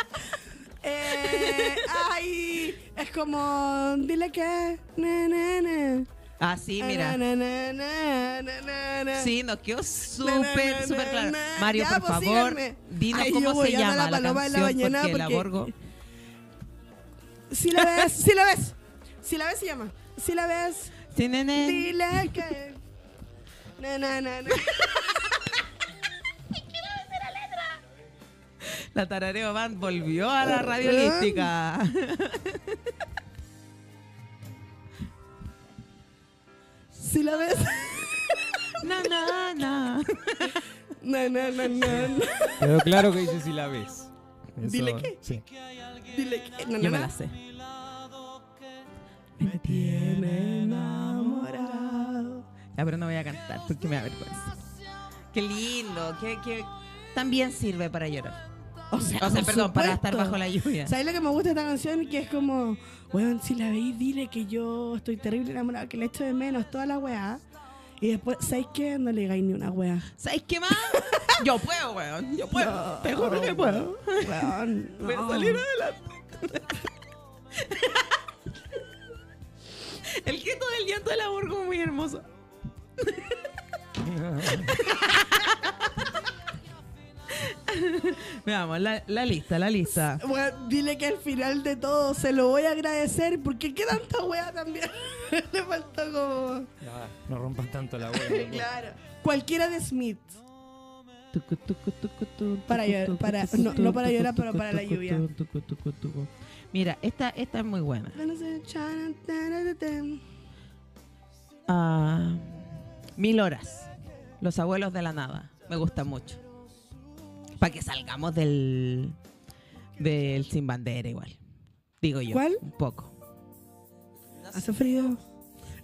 Eh, ay, es como. Dile que. Na, na, na. Ah, sí, mira. Na, na, na, na, na, na. Sí, nos quedó Na, na, súper, na, súper na, claro. na. Mario, Ya, por pues, favor, síganme. dinos Ay, yo cómo se voy a dar llama la la, paloma de la canción, mañana porque la porque- Borgo... Si la ves, si la ves. Si la ves se llama. Si la ves, Sí, nene. dile que. Na, na, na, na. La Tarareo Band volvió a la radiolística. Si la ves. na, na, na. Na, na, na, na, na. Quedó claro que dice si la ves. Eso- Dile que- sí. Dile que. Na, na, Yo me na. la sé. Me tiene enamorado. Ya, pero no voy a cantar porque me da vergüenza. Qué lindo. Qué, qué... También sirve para llorar. O sea, O sea, por perdón, para estar supuesto. bajo la lluvia. ¿Sabes lo que me gusta de esta canción? Que es como, weón, si la veis, dile que yo estoy terrible enamorada, que le echo de menos toda la weá. Y después, ¿sabes qué? No le digáis ni una weá. ¿Sabes qué más? Yo puedo, weón. Yo puedo. No, Te juro que puedo. Weón, Voy a no. salir adelante. El grito del llanto del amor como muy hermoso. Veamos, la, la lista, la lista. Weón, dile que al final de todo se lo voy a agradecer, porque qué tanta weá también. le faltó como. Ah, no rompas tanto la bola. Claro. Cualquiera de Smith. Para llorar, para- no- no para llorar, pero para la lluvia. Mira, esta, esta es muy buena. Ah, mil horas. Los abuelos de la nada. Me gusta mucho. Para que salgamos del. del sin bandera, igual. Digo yo. ¿Cuál? Un poco. Hace frío.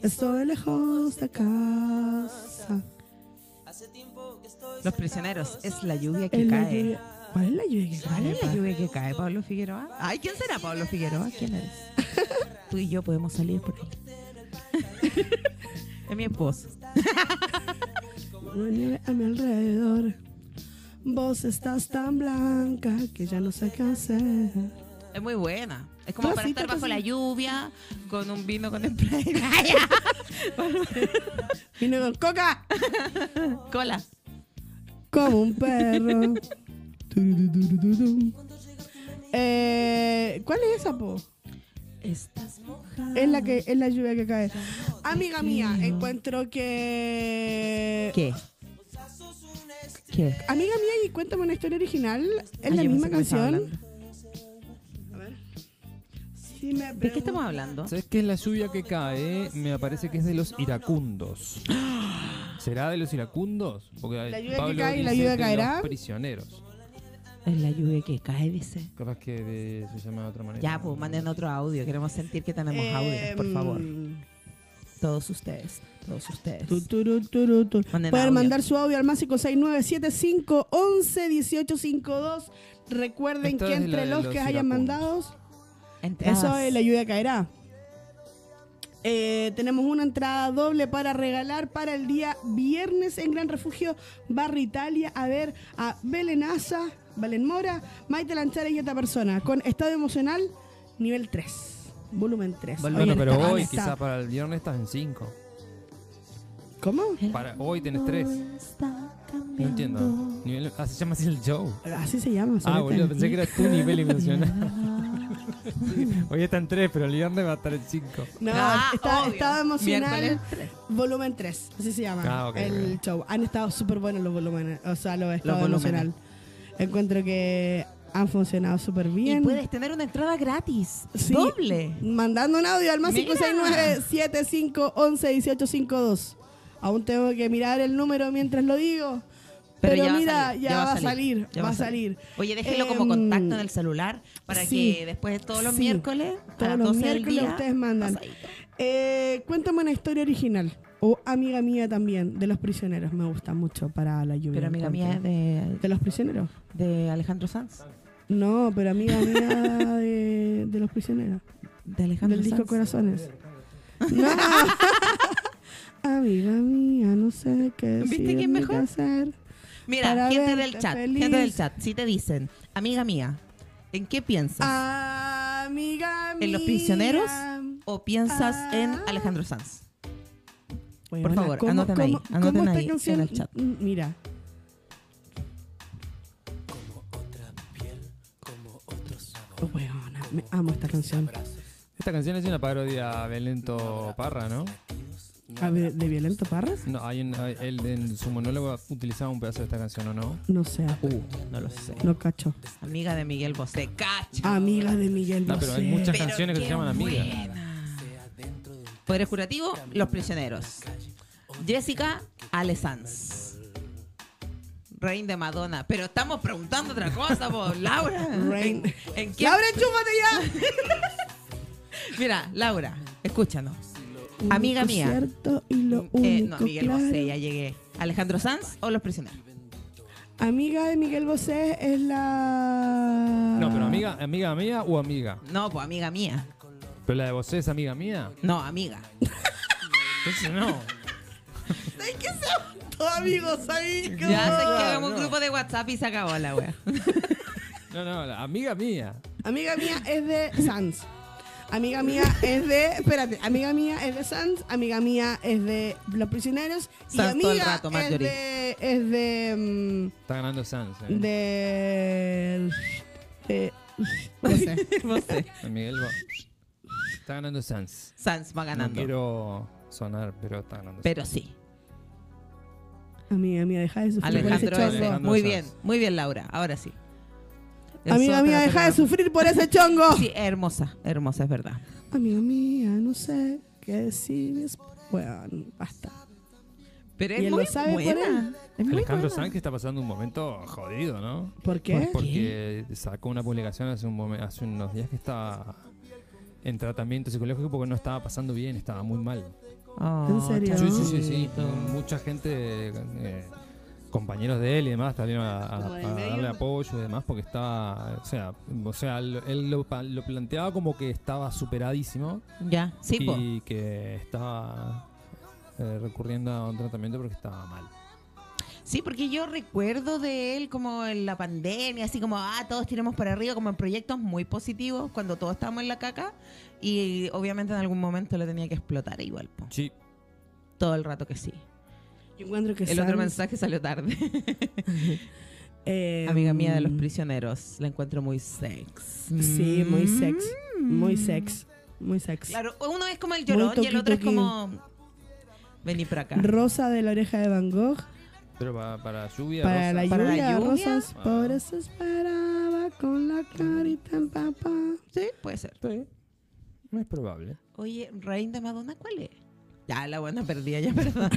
Estoy lejos de casa. Los prisioneros. Es la lluvia que Es la cae. lluvia- ¿Cuál es la lluvia que ¿Cuál cae? es la lluvia que cae, Pablo Figueroa? Ay, ¿quién será Pablo Figueroa? ¿Quién eres? Tú y yo podemos salir por ahí. es mi esposo. No hay nieve a mi alrededor. Vos estás tan blanca que ya no sé qué hacer. Es muy buena. Es como Tú para así, estar tú bajo así. la lluvia, con un vino con spray. Vino con coca Cola. como un perro. Turururururum. Eh, ¿Cuál es esa, po? Estás mojada. Es la, que, es la lluvia que cae. Amiga mía, encuentro que... ¿Qué? ¿Qué? Amiga mía, y cuéntame una historia original. Es Ah, la yo misma pensé que me estaba canción. hablando. A ver. Sí me ¿De qué estamos pregun- hablando? ¿Sabes qué es la lluvia que cae? Me parece que es de los iracundos. ¿Será de los iracundos? Porque La lluvia que Pablo cae y la dice lluvia de caerá. Los prisioneros. Es la lluvia que cae, dice. Capaz que de- se llama de otra manera. Ya, pues manden otro audio. Queremos sentir que tenemos audios, por favor. Em, Todos ustedes. Todos ustedes. Tu, tu, ru, tu, ru, tu. Manden Pueden audio. mandar su audio al más 569-7511-1852. Recuerden Esto que es la entre de los, los que hayan iracundos. mandado, Entradas. eso es la lluvia caerá. Eh, tenemos una entrada doble para regalar para el día viernes en Gran Refugio Barra Italia a ver a Belén Asa, Valen Mora, Maite Lanchara y otra persona con estado emocional nivel 3, volumen 3. Bueno, Oye, pero está- hoy está- quizás para el viernes estás en 5. ¿Cómo? Para hoy tenés 3. No entiendo. Nivel- ah, se llama así el show. Así se llama. Ah, Soleta. boludo, pensé que era tu nivel emocional. Ah, hoy está en 3, pero el viernes va a estar en 5. No, Ah, está- obvio. estado emocional, Miércoles tres. volumen 3, así se llama Ah, ok, el ok. show. Han estado súper buenos los volúmenes, o sea, los estados volúmenes. emocional. Encuentro que han funcionado súper Y bien. puedes tener una entrada gratis. Sí. Doble. Mandando un audio al más Mira. 569-7511-1852. Aún tengo que mirar el número mientras lo digo. Pero, ya va a mira, salir, ya, va a salir, ya va a salir. Oye, déjenlo como Em, contacto en el celular para sí, que después de todos los sí. miércoles, Todos a las los 12 del miércoles día, ustedes mandan. pasadito. Eh, cuéntame una historia original. O amiga mía también, de los prisioneros. Me gusta mucho para la lluvia. Pero amiga mía encuentro. de, ¿De los prisioneros? de Alejandro Sanz. No, pero amiga mía de, de los prisioneros. De Alejandro Del disco Sanz. Corazones. No. amiga mía, no sé qué ¿Viste decirme, quién mejor? qué hacer. Mira, Para gente verte del chat, feliz. gente del chat, si te dicen, amiga mía, ¿en qué piensas? Amiga mía. ¿En los prisioneros? ¿O piensas Ah. en Alejandro Sanz? Bueno, Por favor, ¿cómo- anoten ahí, cómo- cómo anoten esta ahí en canción- el chat. M- Mira. Weona, me amo esta canción. Esta canción es una parodia a Belento Parra, ¿no? A ver, ¿de Violento Parras? No, hay un- hay- él en su monólogo utilizaba un pedazo de esta canción, ¿o no? No sé, Uh, No lo sé. no cacho. Amiga de Miguel Bosé. ¡Cacha! Amiga de Miguel No, pero hay Bosé. muchas Pero canciones que qué se llaman Amiga. buena. Poderes curativo, Los Prisioneros. Jessica Alessans. Rain de Madonna. Pero estamos preguntando otra cosa, po, Laura. Rain. ¿En, en qué? ¡Laura, chúpate ya! Mira, Laura, escúchanos. Amiga Único mía. cierto y lo único Eh, no, Miguel claro. Bosé, ya llegué. ¿Alejandro Sanz o Los Prisioneros? Amiga de Miguel Bosé es la... No, pero amiga, amiga mía o amiga. No, pues amiga mía. Pero la de vos es amiga mía. No, amiga. Entonces no. Es que son todos amigos ahí. como- Ya se que no. un grupo de WhatsApp y se acabó la wea. No, no, la amiga mía. Amiga mía es de Sans. Amiga mía es de. Espérate, amiga mía es de Sans. Amiga mía es de Los Prisioneros. Y Sans todo el amiga rato, es Marjorie. de. Es de. Está ganando Sans. eh. mm, de. eh, de- no sé. No sé. Miguel Bo- Está ganando Sans. Sanz va No ganando. quiero sonar, pero está ganando Pero sí. Amiga mía, deja de sufrir Alejandro por ese S. chongo. Alejandro Muy Sanz. bien, muy bien, Laura. Ahora sí. Amiga mía, deja de sufrir por ese chongo. Sí, hermosa, hermosa, es verdad. Amiga mía, no sé qué decir. es- Bueno, basta. Pero Y es él muy lo sabe por él. buena. Es muy Alejandro buena. Sanz que está pasando un momento jodido, ¿no? Pues ¿Por qué? Porque sacó una publicación hace, un momen- hace unos días que estaba en tratamiento psicológico porque no estaba pasando bien, estaba muy mal. Oh, ¿En serio? Sí, sí, sí, sí. chachito. Mucha gente, eh, compañeros de él y demás, salieron a, a- Como del a medio. darle apoyo y demás porque estaba, o sea, o sea lo- él lo, pa- lo planteaba como que estaba superadísimo Ya, sí, po. y que estaba eh, recurriendo a un tratamiento porque estaba mal. Sí, porque yo recuerdo de él como en la pandemia, así como, ah, todos tiramos para arriba, como en proyectos muy positivos, cuando todos estábamos en la caca. Y obviamente en algún momento lo tenía que explotar igual, po. Sí. Todo el rato que sí. Yo encuentro que El otro Sans, mensaje salió tarde. eh, Amiga mía de los prisioneros, la encuentro muy sex. Sí, muy sex. Mm. Muy sex. Muy sex. Claro, uno es como el llorón Muy y el otro es toqui-toqui. como. Vení para acá. Rosa de la oreja de Van Gogh. Pero para, para lluvia, Para Rosa, la Para la lluvia, lluvia. Rosas Ah. pobres esperaba con la carita en papá. Sí, puede ser. Sí. No es probable. Oye, Rain de Madonna, ¿cuál es? Ya, la buena perdida, ya, perdón.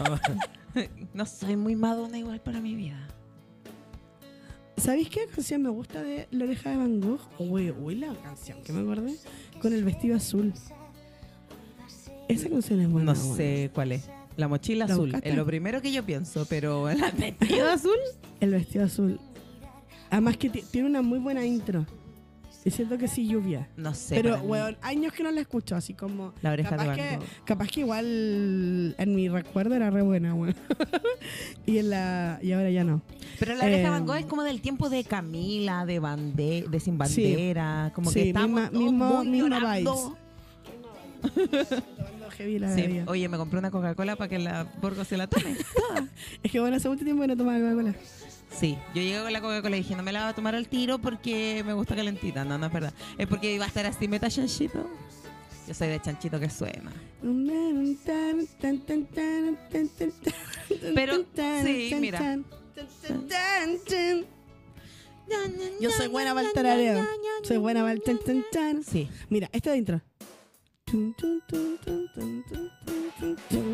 Ah, no soy muy Madonna igual para mi vida. ¿Sabéis qué canción me gusta de la oreja de Van Gogh? Uy, uy, la canción que me acordé. Con el vestido azul. Esa canción es buena. No sé cuál es. La mochila ¿La azul buscaste? es lo primero que yo pienso, pero la vestida azul. buena. El vestido azul. Además que ti- tiene una muy buena intro. Y siento que sí lluvia. No sé. Pero, para mí. weón, años que no la escucho, así como... La oreja de capaz Van que, Gogh. capaz que igual en mi recuerdo era re buena, weón. y, en la, y ahora ya no. Pero la oreja Eh, Van Gogh es como del tiempo de Camila, de Bande, de Sin Sí. Bandera, como Sí, que estamos misma- todos mismo- muy misma llorando. Tomando heavy la Sí, bebida. Oye, me compré una Coca-Cola para que la Borgo se la tome. Es que bueno, hace mucho tiempo que no tomaba Coca-Cola. Sí, yo llegué con la Coca-Cola y dije, no me la voy a tomar al tiro porque me gusta calentita. No, no es verdad. Es porque iba a estar así, meta chanchito. Yo soy de chanchito que suena. Pero, sí, mira. Yo soy buena para el tarareo. Soy buena para el tan, tan, tan. Sí. Mira, esta de intro.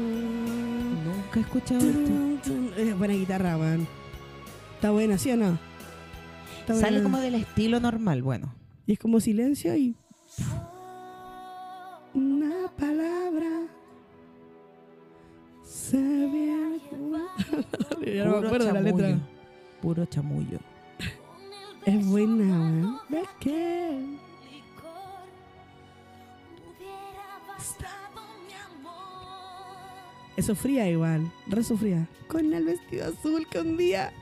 Nunca he escuchado esto. Es buena guitarra, weón. Está buena, ¿sí o no? Está Sale buena. como del estilo normal, bueno. Y es como silencio y. Una palabra. Sabía. Yo no me Puro acuerdo la letra. chamullo, Puro chamullo. Es buena, ¿eh? ¿De qué? licor hubiera bastado mi amor. Es sufría igual, re sufría. Con el vestido azul que un día.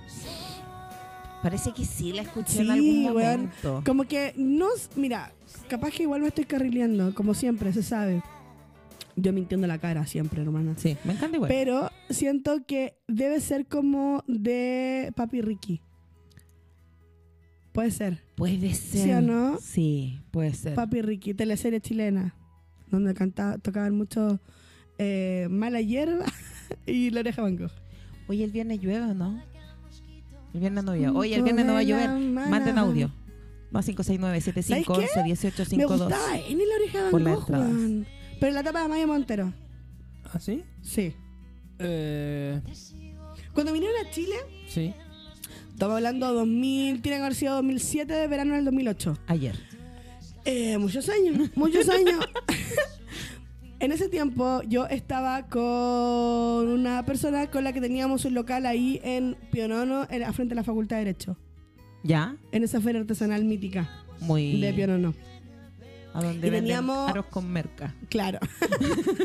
Parece que sí la escuché Sí, en algún weón. momento. Como que no. s- Mira, capaz que igual me estoy carrileando, como siempre, se sabe. Yo mintiendo la cara siempre, hermana. Sí, me encanta igual. Pero siento que debe ser como de Papi Ricky. Puede ser. Puede ser. ¿Sí o no? Sí, puede ser. Papi Ricky, teleserie chilena, donde cantaba, tocaban mucho eh, Mala Hierba y La Oreja Van Gogh. Oye, el viernes llueve, ¿o ¿no? El viernes no llueve. Oye, el viernes no va a llover. Manden audio. Más 569 ¿Sabes 7511 Me 1852 gustaba en La Oreja Van Por las Gogh, entradas. weón. Pero la tapa de Maya Montero. ¿Ah, sí? Sí. Eh, Cuando vinieron a Chile, sí. estamos hablando de 2000, tiene que haber sido 2007, de verano del 2008. Ayer. Eh, muchos años, muchos años. en ese tiempo yo estaba con una persona con la que teníamos un local ahí en Pionono, en, a frente a la Facultad de Derecho, ¿Ya? en esa feria artesanal mítica Muy. de Pionono. A donde Y venden teníamos- aros con merca. Claro.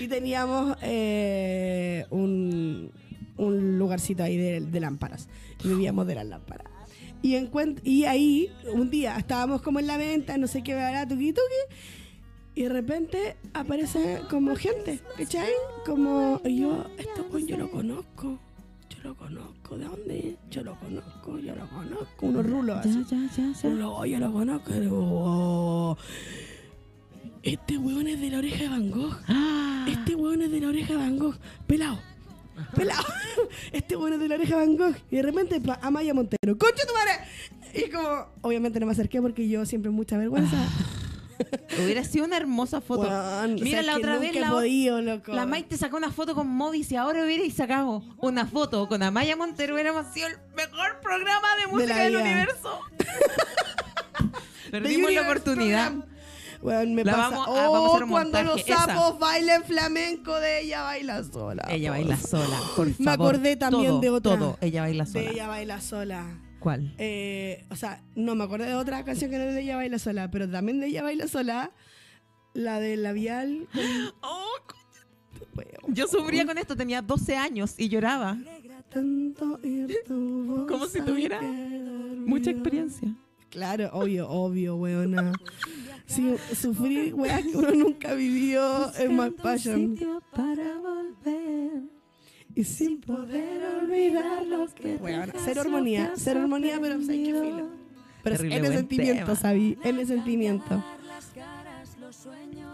y teníamos eh, un, un lugarcito ahí de, de lámparas. Y vivíamos de las lámparas. Y, encuent- y ahí, un día, estábamos como en la venta, no sé qué, ¿verdad? Tuki tuki. Y de repente aparece como gente, ¿cachai? Como y yo, esto pues, yo lo conozco. Yo lo conozco, ¿de dónde? Yo lo conozco, yo lo conozco. Unos rulos así. ya, ya, Uno, yo lo conozco. y digo, "Oh, Este huevón es de la oreja de Van Gogh. Ah, Este huevón es de la oreja de Van Gogh. Pelado. Pelado. Este huevón es de la oreja de Van Gogh. Y de repente, pa, Amaya Montero. ¡Concha tu madre! Y como, obviamente no me acerqué porque yo siempre mucha vergüenza. Hubiera sido una hermosa foto. Huevón, o Ah, sea, Mira la que otra vez nunca he la, podido, loco. la Mai te sacó una foto con Modis y ahora hubierais sacado una foto con Amaya Montero. Hubiéramos sido el mejor programa de música la del vida. universo. The Perdimos la Universe oportunidad. Program. Weón, me La pasa. vamos a- oh, vamos a hacer un cuando los montaje, esa. sapos bailan flamenco de ella baila sola. Ella por baila sola, por favor. Me acordé también Todo, de otra. Todo, ella baila De sola. ella baila sola. ¿Cuál? Eh, o sea, no me acordé de otra canción que no es de ella baila sola, pero también de ella baila sola, la de labial. con- Oh, Bueno, yo sufría con esto, tenía 12 años y lloraba. tanto ir tu voz Como si al tuviera quedarme. Mucha experiencia. Claro, obvio, obvio, weona. Sí, sufrir, weá, que uno nunca vivió en My Passion. para volver. Y sin poder olvidar lo que. Weona, cero armonía, cero armonía, pero sé que filo. Pero es Terrible en el buen sentimiento, tema. sabí, en el sentimiento.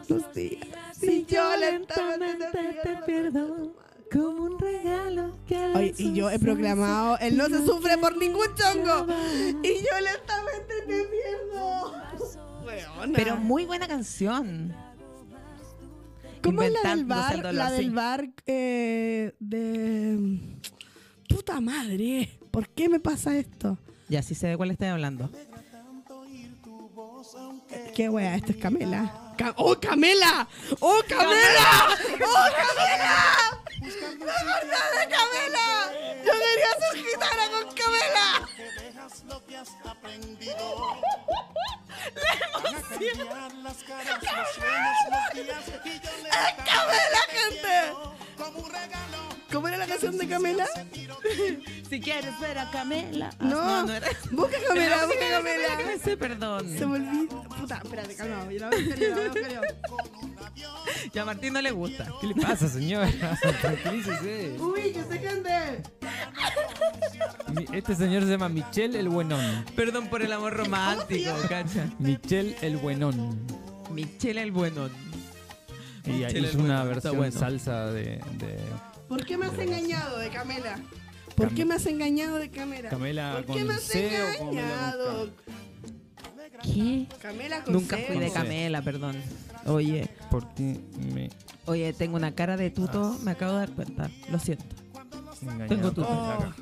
Los días. Si yo lentamente te pierdo. Como un regalo que al Oye, y yo he proclamado, él no se sufre por ningún chongo. Y yo lentamente te pierdo. Weona. Pero muy buena canción. ¿Cómo es la del Inventándose el bar? dolor, la del sí. bar eh, de. Puta madre, ¿por qué me pasa esto? Ya sí sé de cuál estoy hablando. Qué wea, esto es Camela. Ca- ¡Oh, Camela! ¡Oh, Camela! ¡Oh, Camela! ¡Me acordé de Camela! ¡Yo quería ser gitana con Camela! ¡Es Camela, gente! ¿Cómo era la canción de Camela? Si quieres ver a Camela. Ah, No, era- busca Era Camela, la busca única canción Camela. que me sé, perdón. Se me olvidó. Puta, espérate, calma. Yo la voy a buscar, yo la voy a buscar, yo la voy a buscar. Ya a Martín no le gusta. ¿Qué le pasa, señora? Tranquilícese. Ubíquese, gente. Mi- Este señor se llama Michel el Buenón. Perdón por el amor romántico, cacha. Michel el Buenón. Michela el bueno. Y Michel el hizo una Buenón, está versión bueno. salsa de, de ¿Por qué me has engañado de Camela? ¿Por Cam- qué me has engañado de Camela? Camela ¿Por con qué me has C o con engañado? ¿Qué? Camela con Nunca C. fui de José. Camela, perdón. Oye, ¿Por qué me oye, tengo una cara de tuto, me acabo de dar cuenta. Lo siento. engañaron Tengo tu- con la caca?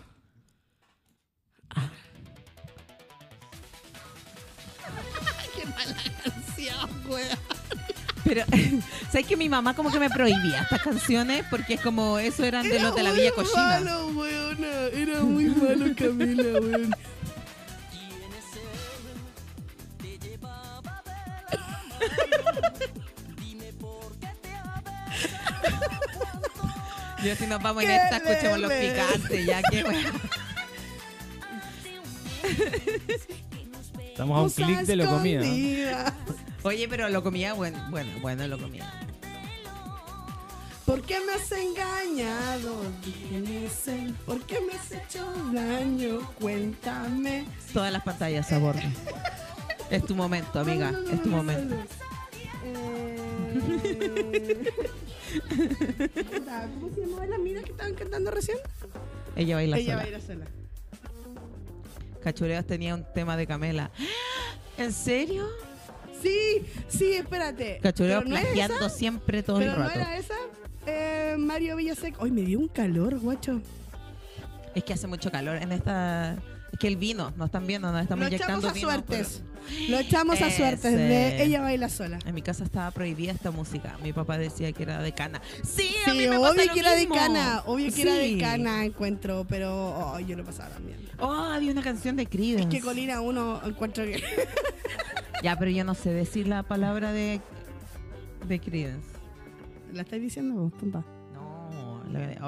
Pero, ¿sabes que mi mamá como que me prohibía estas canciones? Porque es como, eso eran de Era los de la Villa muy Cochina. malo, weona. Era muy malo Camila, weón. Y así nos vamos en Qué esta, escuchemos los leve. picantes, ya que bueno. Estamos a un Cosa clic de lo comía. escondida. Oye, pero lo comía, bueno, bueno, bueno, lo comía. ¿Por qué me has engañado? Dime, sé, ¿Por qué me has hecho daño? Cuéntame. Todas las pantallas a bordo. Es tu momento, amiga. No, no, no, Es tu no, no, momento. no. Eh, puta, ¿Cómo se llamaba la mina que estaban cantando recién? Ella baila Ella va sola. a ir a sola. Cachureos tenía un tema de Camela. ¿En serio? Sí, sí, espérate. Cachureos Pero no es plagiando esa, siempre todo el Pero no rato. era esa. Eh, Mario Villasec. Hoy me dio un calor, guacho. Es que hace mucho calor en esta. Es que el vino, nos están viendo, nos estamos Lo echamos inyectando a vino, suertes. Lo echamos a suertes de Ese. Ella Baila Sola. pero En mi casa estaba prohibida esta música. Mi papá decía que era de cana. Sí, a mí Sí, me pasa obvio lo que era de mismo. cana, obvio que era de Sí. cana encuentro, pero oh, yo lo pasaba también. Oh, había una canción de Creedence. Es que Colina uno encuentro que Ya, pero yo no sé decir la palabra de, de Creedence. la estáis diciendo vos, tonta. No, la-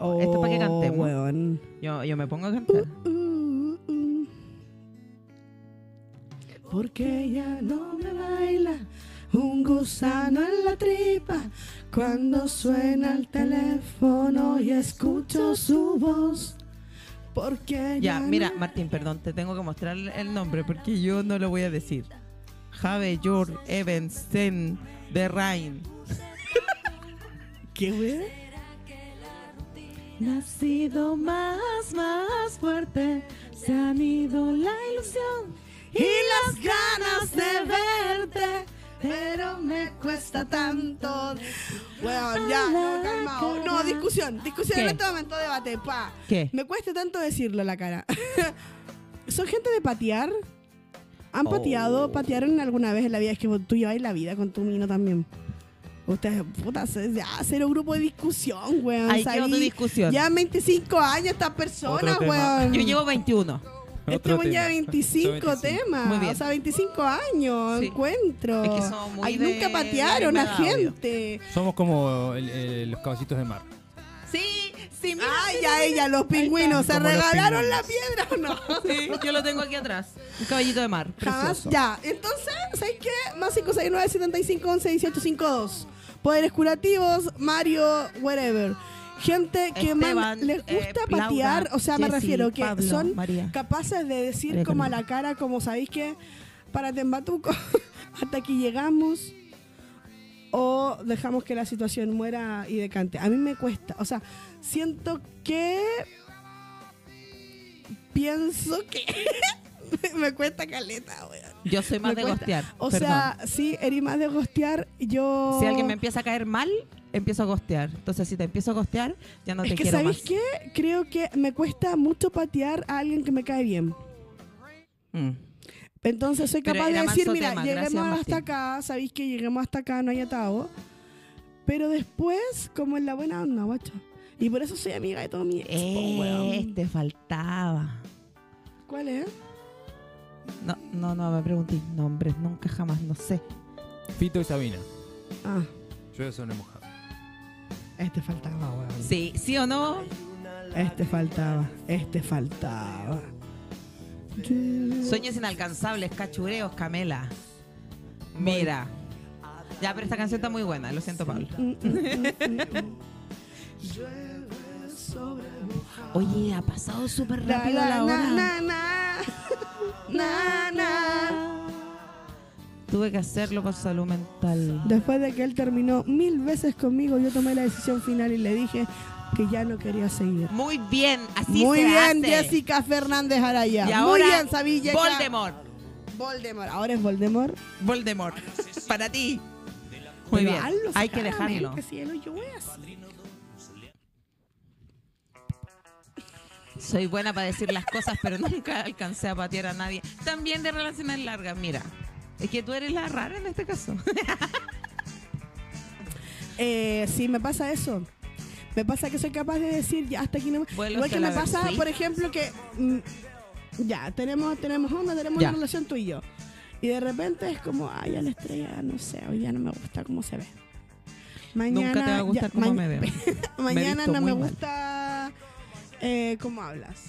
oh, esto es para que cantemos. Oh, weón. Yo, yo me pongo a cantar. Uh, uh. Porque ya no me baila un gusano en la tripa cuando suena el teléfono y escucho su voz. Porque Ya, ya, mira, no- Martín, perdón, te tengo que mostrar el nombre porque yo no lo voy a decir. Have your Evensen de Rhein. ¿Qué weón? Nacido más, más fuerte, se han ido la ilusión y las ganas de verte, pero me cuesta tanto. Bueno, ya, no, calmado. No, discusión, discusión en ¿Qué? este momento, debate, pa. ¿Qué? Me cuesta tanto decirlo a la cara. ¿Son gente de patear? ¿Han Oh. pateado? ¿Patearon alguna vez en la vida? Es que tú lleváis la vida con tu mino también. Ustedes, puta, se- ya, cero grupo de discusión, weón. Ahí quedó tu Salí- discusión. Ya 25 años estas personas, Otro tema. weón. Yo llevo 21. Este Otro weón lleva tema. 25, Otro 25. temas. Muy bien. O sea, 25 años, Sí. encuentro. Es que somos muy Ahí de- nunca patearon a de verdad, obvio. gente. Somos como el- el- los caballitos de mar. Sí, sí, mira. Ay, a ella, los pingüinos. ¿Se Como los regalaron la pingüinos. piedra o no? Sí, yo lo tengo aquí atrás. Un caballito de mar. Jamás. Precioso. Ya. Entonces, ¿sabes qué? Más 569 75 11 18 52. Poderes curativos, Mario, whatever. Gente que man- Esteban, les eh, gusta Laura, patear, o sea, me Jessy, refiero que Pablo, son María. capaces de decir María como a Carmen. la cara, como sabéis que para Tembatuco, hasta aquí llegamos o dejamos que la situación muera y decante. A mí me cuesta, o sea, siento que pienso que me cuesta caleta, weón. Yo soy más Me de cuesta. gostear. O perdón. sea, sí, eri más de gostear, yo... si alguien me empieza a caer mal, empiezo a gostear. Entonces, si te empiezo a gostear, ya no Es te que, quiero ¿sabéis más. qué? Creo que me cuesta mucho patear a alguien que me cae bien. Mm. Entonces soy Pero capaz de era decir, manso mira, tema, lleguemos gracias, Martín. hasta acá, sabéis que lleguemos hasta acá, no hay atado. Pero después, como en la buena onda, guacho. Y por eso soy amiga de todo mi ex, po, Eh, weón. te faltaba. ¿Cuál es? No, no, no me pregunté nombres, nunca jamás, no sé. Fito y Sabina. Ah, Yo eso no he mojado. este faltaba, weón. Sí, ¿sí o no? Este faltaba, este faltaba. Yo- Sueños inalcanzables, cachureos, Camela. Mira. Ya, pero esta canción está muy buena, lo siento, Pablo. Mm, mm, mm, mm, mm. Llueve sobre mojado. Oye, ha pasado súper Na, rápido la na, hora. na, na, na. Na, na. Tuve que hacerlo por salud mental. Después de que él terminó mil veces conmigo, yo tomé la decisión final y le dije que ya no quería seguir. Muy bien, así Muy se bien, hace. Jessica Fernández Araya. Y Muy ahora, bien, Sabilla. Voldemort. Voldemort. Ahora es Voldemort. Voldemort. Para ti. Muy Pero bien, hazlo hay que sacaramente, dejarlo. cielo, yo voy así. Soy buena para decir las cosas, pero nunca alcancé a patear a nadie. También de relaciones largas, mira. Es que tú eres la rara en este caso. Eh, sí, me pasa eso. Me pasa que soy capaz de decir, ya hasta aquí no Vuelos Igual a que la me pasa, Bersuit. por ejemplo, que mm, ya, tenemos, tenemos onda, tenemos Ya. una relación tú y yo. Y de repente es como, ay, a la estrella, no sé, hoy ya no me gusta cómo se ve. Mañana, nunca te va a gustar ya, cómo maña- me veo. Mañana no visto me muy mal. gusta eh, cómo hablas.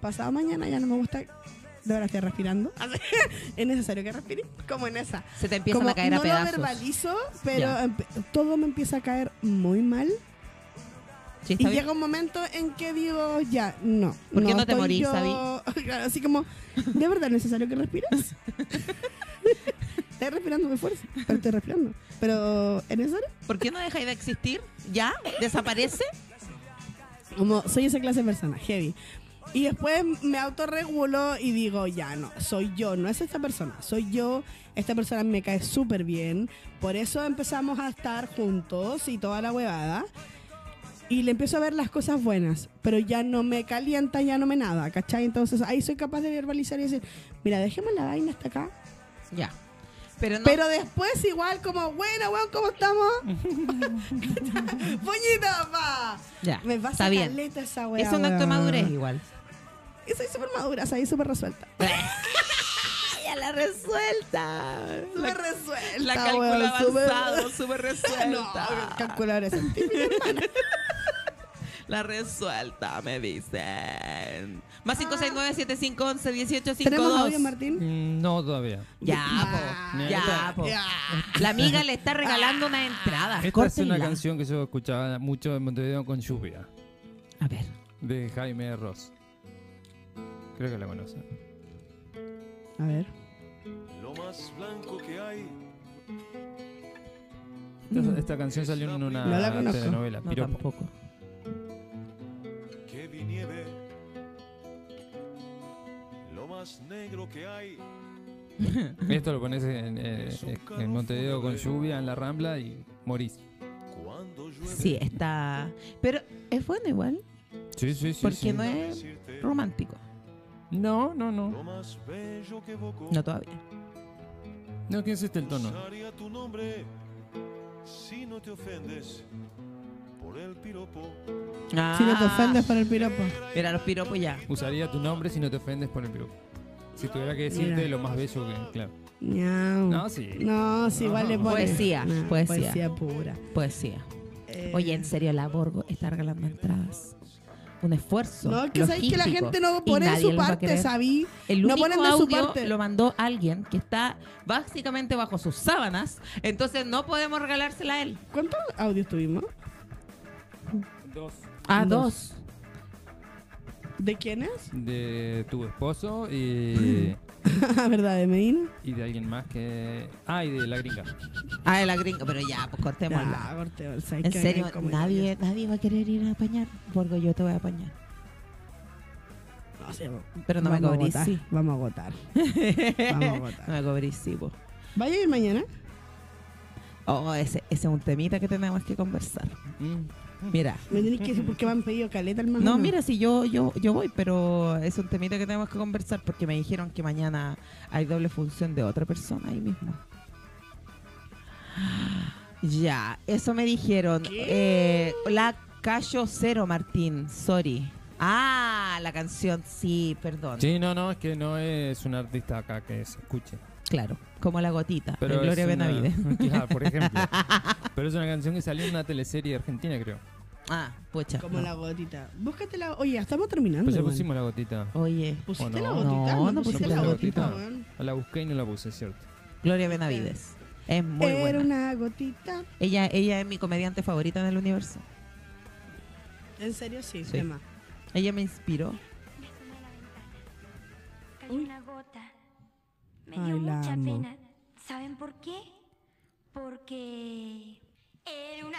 Pasado mañana ya no me gusta ahora estoy respirando. es necesario que respire. Como en esa. Se te empiezan Como a caer no a lo pedazos. verbalizo, pero Ya. empe- todo me empieza a caer muy mal. Y Sí, está bien. llega un momento en que digo, ya, no. ¿Por qué no te estoy morís, yo- Claro, así como, ¿de verdad es necesario que respires? estoy respirando muy fuerte, pero estoy respirando. Pero, ¿es necesario? ¿Por qué no dejáis de existir? ¿Ya? ¿Desaparece? Como, soy esa clase de persona, heavy. Y después me autorregulo y digo, ya, no, soy yo, no es esta persona, soy yo. Esta persona me cae súper bien. Por eso empezamos a estar juntos y toda la huevada. y le empiezo a ver las cosas buenas, pero ya no me calienta, ya no me nada, ¿cachai? Entonces ahí soy capaz de verbalizar y decir, mira, dejemos la vaina hasta acá. Ya. Pero no. Pero después igual como, bueno, weón, ¿cómo estamos? Poñita, pa. ya. Me pasa está bien. caleta esa weá. Es un acto de weón. madurez igual. Y soy súper madura, soy súper resuelta. ya la resuelta. Súper resuelta, La weón, calcula súper- avanzado, súper No, resuelta. calculadora científica. La resuelta, me dicen. Más 569-7511-1852. Ah. ¿Tenemos audio, Martín? Mm, No, todavía. Ya, po. Ya, Ya, esta- po. Ya. La amiga le está regalando una entrada. Esta es una canción que yo escuchaba mucho en Montevideo con lluvia, A ver. de Jaime Ross. Creo que la conocen. A ver. Lo más blanco que hay. Esta, esta canción salió en una No la conozco. telenovela, No, Piropo. tampoco. que vi nieve. Lo más negro que hay. Esto lo pones en, eh, en Montevideo con lluvia, en la Rambla y morís. Cuando llueve. Sí, está. Pero es bueno igual, Sí, sí, sí. porque sí. no es Decirte romántico. No, no, no. lo más bello que evoco. No todavía. No, ¿quién es este el tono? Usaría tu nombre si no te ofendes por el piropo. Si Ah. no te ofendes por el piropo. Mira, los piropos ya. Usaría tu nombre si no te ofendes por el piropo. Si tuviera que decirte Mira. lo más bello que. Claro. Ñau. No, sí. No, si igual No. le pone. Poesía, Nah, poesía. Ah, pura. Poesía. Eh, Oye, en serio, la Borgo está regalando entradas. Un esfuerzo. No, es que sabéis que la logístico, gente no y pone de nadie su los va a parte, querer. sabí. El No único ponen de su audio parte. lo mandó alguien que está básicamente bajo sus sábanas, entonces no podemos regalársela a él. ¿Cuántos audios tuvimos? Dos. A Dos. dos. ¿De quiénes? De tu esposo y. ¿Verdad? ¿De Medina? y de alguien más que. Ah, y de la gringa. Ah, de la gringa, pero ya, pues cortémosla. Ah, corteo, sabéis En que serio, habían como- nadie, nadie va a querer ir a apañar. Borgo, yo te voy a apañar. No sé, Pero no me vamos a cobrís, votar, sí. Vamos a votar. Vamos a votar. No me cobrís, sí, po. ¿Vaya a ir mañana? Oh, ese, ese es un temita que tenemos que conversar. Mm. Mira. Me tenéis que decir por qué me han pedido caleta, hermano. No, mira, si yo, yo, yo voy, pero es un temita que tenemos que conversar porque me dijeron que mañana hay doble función de otra persona ahí mismo. Ya, eso me dijeron. Eh, la Cayo Cero, Martín, sorry. Ah, la canción, sí, perdón. Sí, no, no, es que no es un artista acá que se escuche. Claro, como la gotita Pero de es Gloria una- Benavides. Claro, por ejemplo. Pero es una canción que salió en una teleserie argentina, creo. Ah, pucha. Como no. la gotita. Búscatela. Oye, ya estamos terminando. Pues ya weón. pusimos la gotita. Oye, ¿Pusiste ¿O la no? gotita? Oh, No, no pusiste pusimos la la gotita, gotita. weón. La busqué y no la puse, es ¿cierto? Gloria Benavides. Es muy Era buena. una gotita. Ella, ella es mi comediante favorita en el universo. En serio, sí, Sí. tema. Ella me inspiró. Cayó Uy. una gota. Me Ay, dio la mucha amo. pena. ¿Saben por qué? Porque era una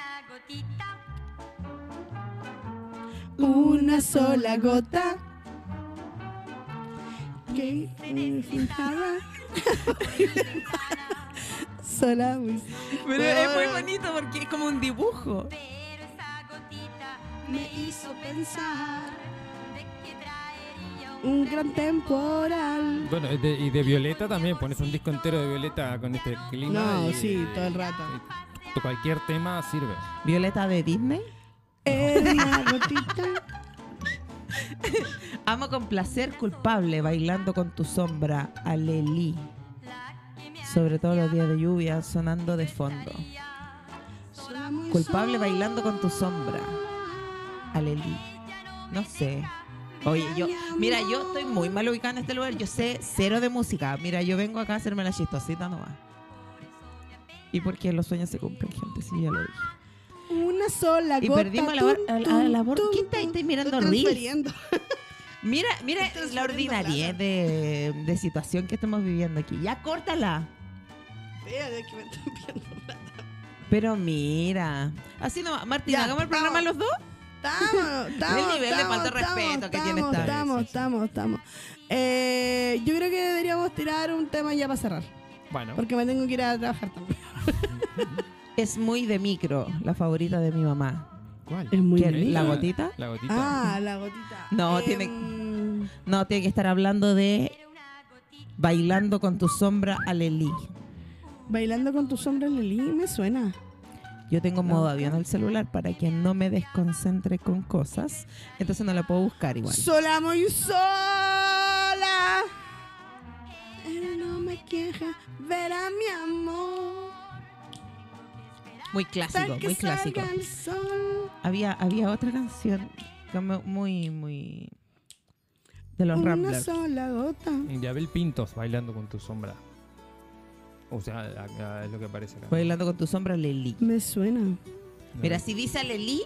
gotita. Una sola gota. Que Se me fijaba. Sola, muy- Pero es muy bonito porque es como un dibujo. Pero esa gotita Me me hizo hizo pensar de que traería un gran temporal. Bueno, de- y de Violeta también, pones un disco entero de Violeta con este clima. No, y- sí, todo el rato. y Cualquier tema sirve. Violeta de Disney. Era una gotita. Amo con placer culpable bailando con tu sombra, Aleli. Sobre todo los días de lluvia, sonando de fondo. sola, muy Culpable sola. bailando con tu sombra, Aleli. No sé. Oye, yo, mira, yo estoy muy mal ubicada en este lugar. Yo sé cero de música. Mira, yo vengo acá a hacerme la chistosita nomás. ¿Y por qué los sueños se cumplen, gente? Sí, ya lo dije. Una sola Y gota. perdimos la bor- al- al- la bor- ¿Qué estáis- estáis mirando Estoy Reels? transfiriendo. Mira, mira Estoy la saliendo ordinariedad plata. de, de situación que estamos viviendo aquí. Ya córtala. Espérate, que me están viendo. Pero mira. Así nomás. Martín, Ya, hagamos el estamos. programa los dos. Estamos, estamos. El nivel de estamos, falta de estamos, respeto que tiene estamos, esta- Estamos, Sí, sí, sí. estamos, estamos. Eh, yo creo que deberíamos tirar un tema ya para cerrar. Bueno, Porque me tengo que ir a trabajar también. Es muy de micro, la favorita de mi mamá. ¿cuál? ¿Eh? Es muy ¿Qué, bien. ¿La gotita? La gotita. Ah, la gotita. No, tiene- No, tiene que estar hablando de Bailando con tu sombra, Alelí. Bailando con tus sombras, Lili, me suena. Yo tengo modo avión en el celular para que no me desconcentre con cosas. Entonces no la puedo buscar igual. Sola, muy sola. Pero no me queja ver a mi amor. Muy hasta clásico, que muy clásico. salga el sol. Había, había otra canción como muy, muy... De los una Ramblers. sola gota. De Abel Pintos bailando con tu sombra. O sea, acá es lo que aparece acá. Pues, Bailando con tu sombra, Lelí. Me suena. Mira, si dice Alelí,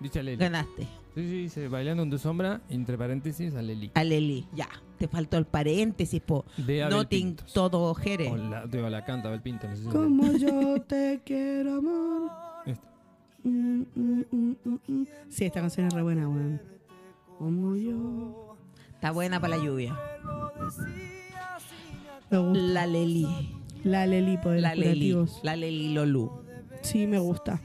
Dice Aleli. ganaste. Sí, sí, dice bailando con tu sombra, entre paréntesis, Aleli. Alelí, ya. Te faltó el paréntesis, po. De Abel No te Pintos. todo ojere. O la, digo, la canta Abel Pintos. no sé si- Como yo te quiero, amor. Esta. Mm, mm, mm, mm, mm. Sí, esta canción es re buena, weón. Como yo. Está buena para la lluvia. Me gusta. La Lelí. La Leli, poderes La Leli. curativos. La Leli Lolú. Sí, me gusta.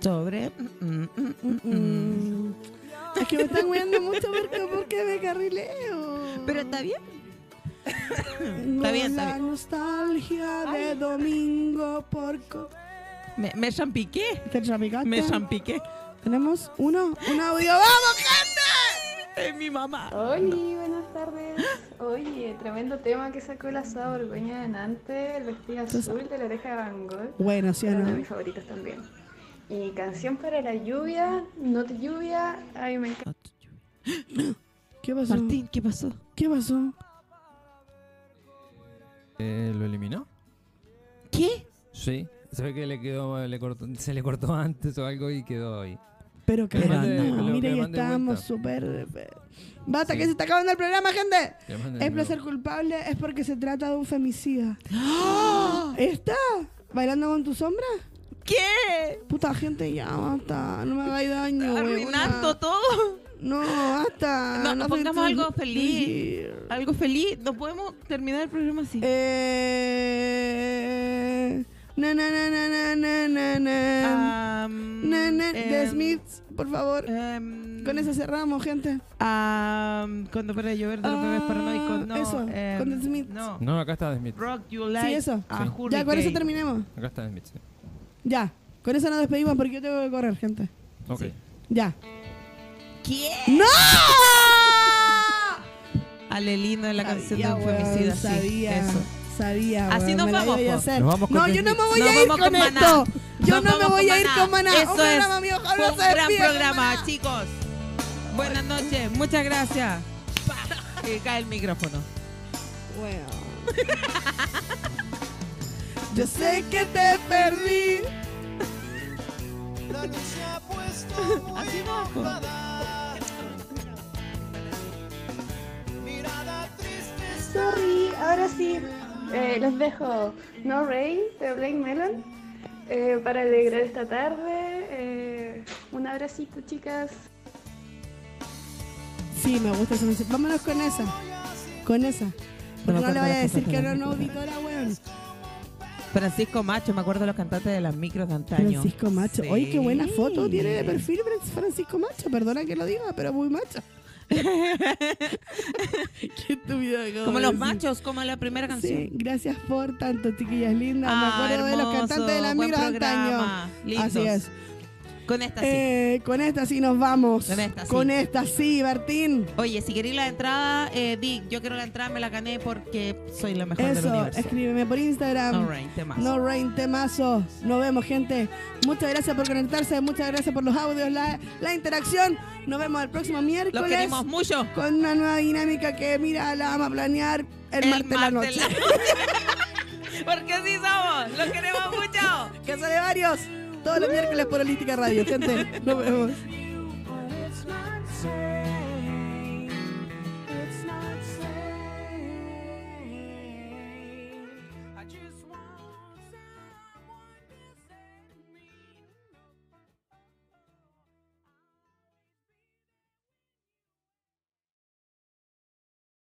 Sobre. mm, mm, mm, mm, mm. Mm. Es que me están weando mucho porque, porque me carrileo. Pero está bien. Tengo está bien, la está bien. nostalgia de domingo por... co- Me, me champiqué. ¿Te chapicaste? Me champiqué. Tenemos uno, un audio. ¡Vamos, Es mi mamá. Hola, buenas tardes. Oye, tremendo tema que sacó la Saba Borgoña de Nantes, el vestido azul de la oreja de Van Gogh. gente! Bueno, sí o Uno de no. mis favoritos también. Y canción para la lluvia, no te lluvia, ay me encanta. ¿Qué pasó? Martín, ¿qué pasó? ¿Qué pasó? Eh, ¿Lo eliminó? ¿Qué? Sí. Se ve que le quedó, le cortó- se le cortó antes o algo y quedó ahí. Pero que Que mande- no, lo- mira, que ya mande estábamos vuelta. súper... eh, Basta, Sí. que se está acabando el programa, gente. Que lo manden de Es nuevo. placer culpable, es porque se trata de un femicida. ¡Ah! ¿Esta? ¿Bailando con tu sombra? ¿Qué? Puta gente, ya basta. No me hagáis daño, Arruinando weona. todo. No, basta. No, soy pongamos tu- algo feliz. tu- Algo feliz. No podemos terminar el programa así. Eh. Na, na, na, na, na, na, na, Em, na. Am, Na, na, The Ah, em, Smiths, por favor. em, Con eso cerramos, gente. am, cuando para de llover de los bebés Ah, paranoicos. No, eso, em, con The Smiths. No. No, acá está The Smith. Rock You Like. eso. Ya, a Sí. con eso Hurricane. terminemos. Acá está The Smith. sí. Ya. Con eso nos despedimos porque yo tengo que correr, gente. Ok. Sí. Ya. ¿Qué? ¡No! Alelino en la canción de Sabía, un Ah, weón, femicida. sí, Sabía, eso. sabía. Así weón, nos me la vamos, iba a po. hacer. Nos vamos con no, The yo no me Smiths. voy Nos a ir vamos con, con Maná. esto. Yo Nos no me vamos voy a con ir Maná. con Maná. Eso un programa, es. mi ojalá Fue un se gran despida con programa, Maná. chicos. Buenas noches. Muchas gracias. Pa, Que cae el micrófono. Bueno. Yo sé que te perdí. Así no. po. Sorry, ahora sí, eh, les dejo No Ray de Blake Melon eh, para alegrar esta tarde. eh, un abracito chicas. Sí, me gusta esa canción. Vámonos con esa. Con esa. Porque no, me le vaya acuerdo a las decir cosas que de era las una micros. auditora, weón. Francisco Macho, me acuerdo de los cantantes de las micros de antaño. Francisco Macho. Oye, qué buena Sí. foto tiene de perfil Francisco Macho. Perdona que lo diga, pero muy macho. qué estúpido. acabo Como de los decir. machos, como en la primera canción. Sí, gracias por tanto, chiquillas lindas. Ah, Me acuerdo de los hermoso, cantantes de la buen micro de programa. antaño. Lindos. Así es. Con esta sí. Eh, con esta sí nos vamos. Con esta sí. Con esta sí, Martín. Oye, si queréis la entrada, eh, di, yo quiero la entrada, me la gané porque soy la mejor del Eso, universo. escríbeme por Instagram. All right, temazo. No Rain Temazo. Nos vemos, gente. Muchas gracias por conectarse, muchas gracias por los audios, la, la interacción. Nos vemos el próximo Los miércoles queremos mucho. con una nueva dinámica que, mira, la vamos a planear el, martes, la martes noche. la noche. Porque así somos. Los queremos mucho. Casa de varios, todos los miércoles por Holística Radio, gente. Nos vemos.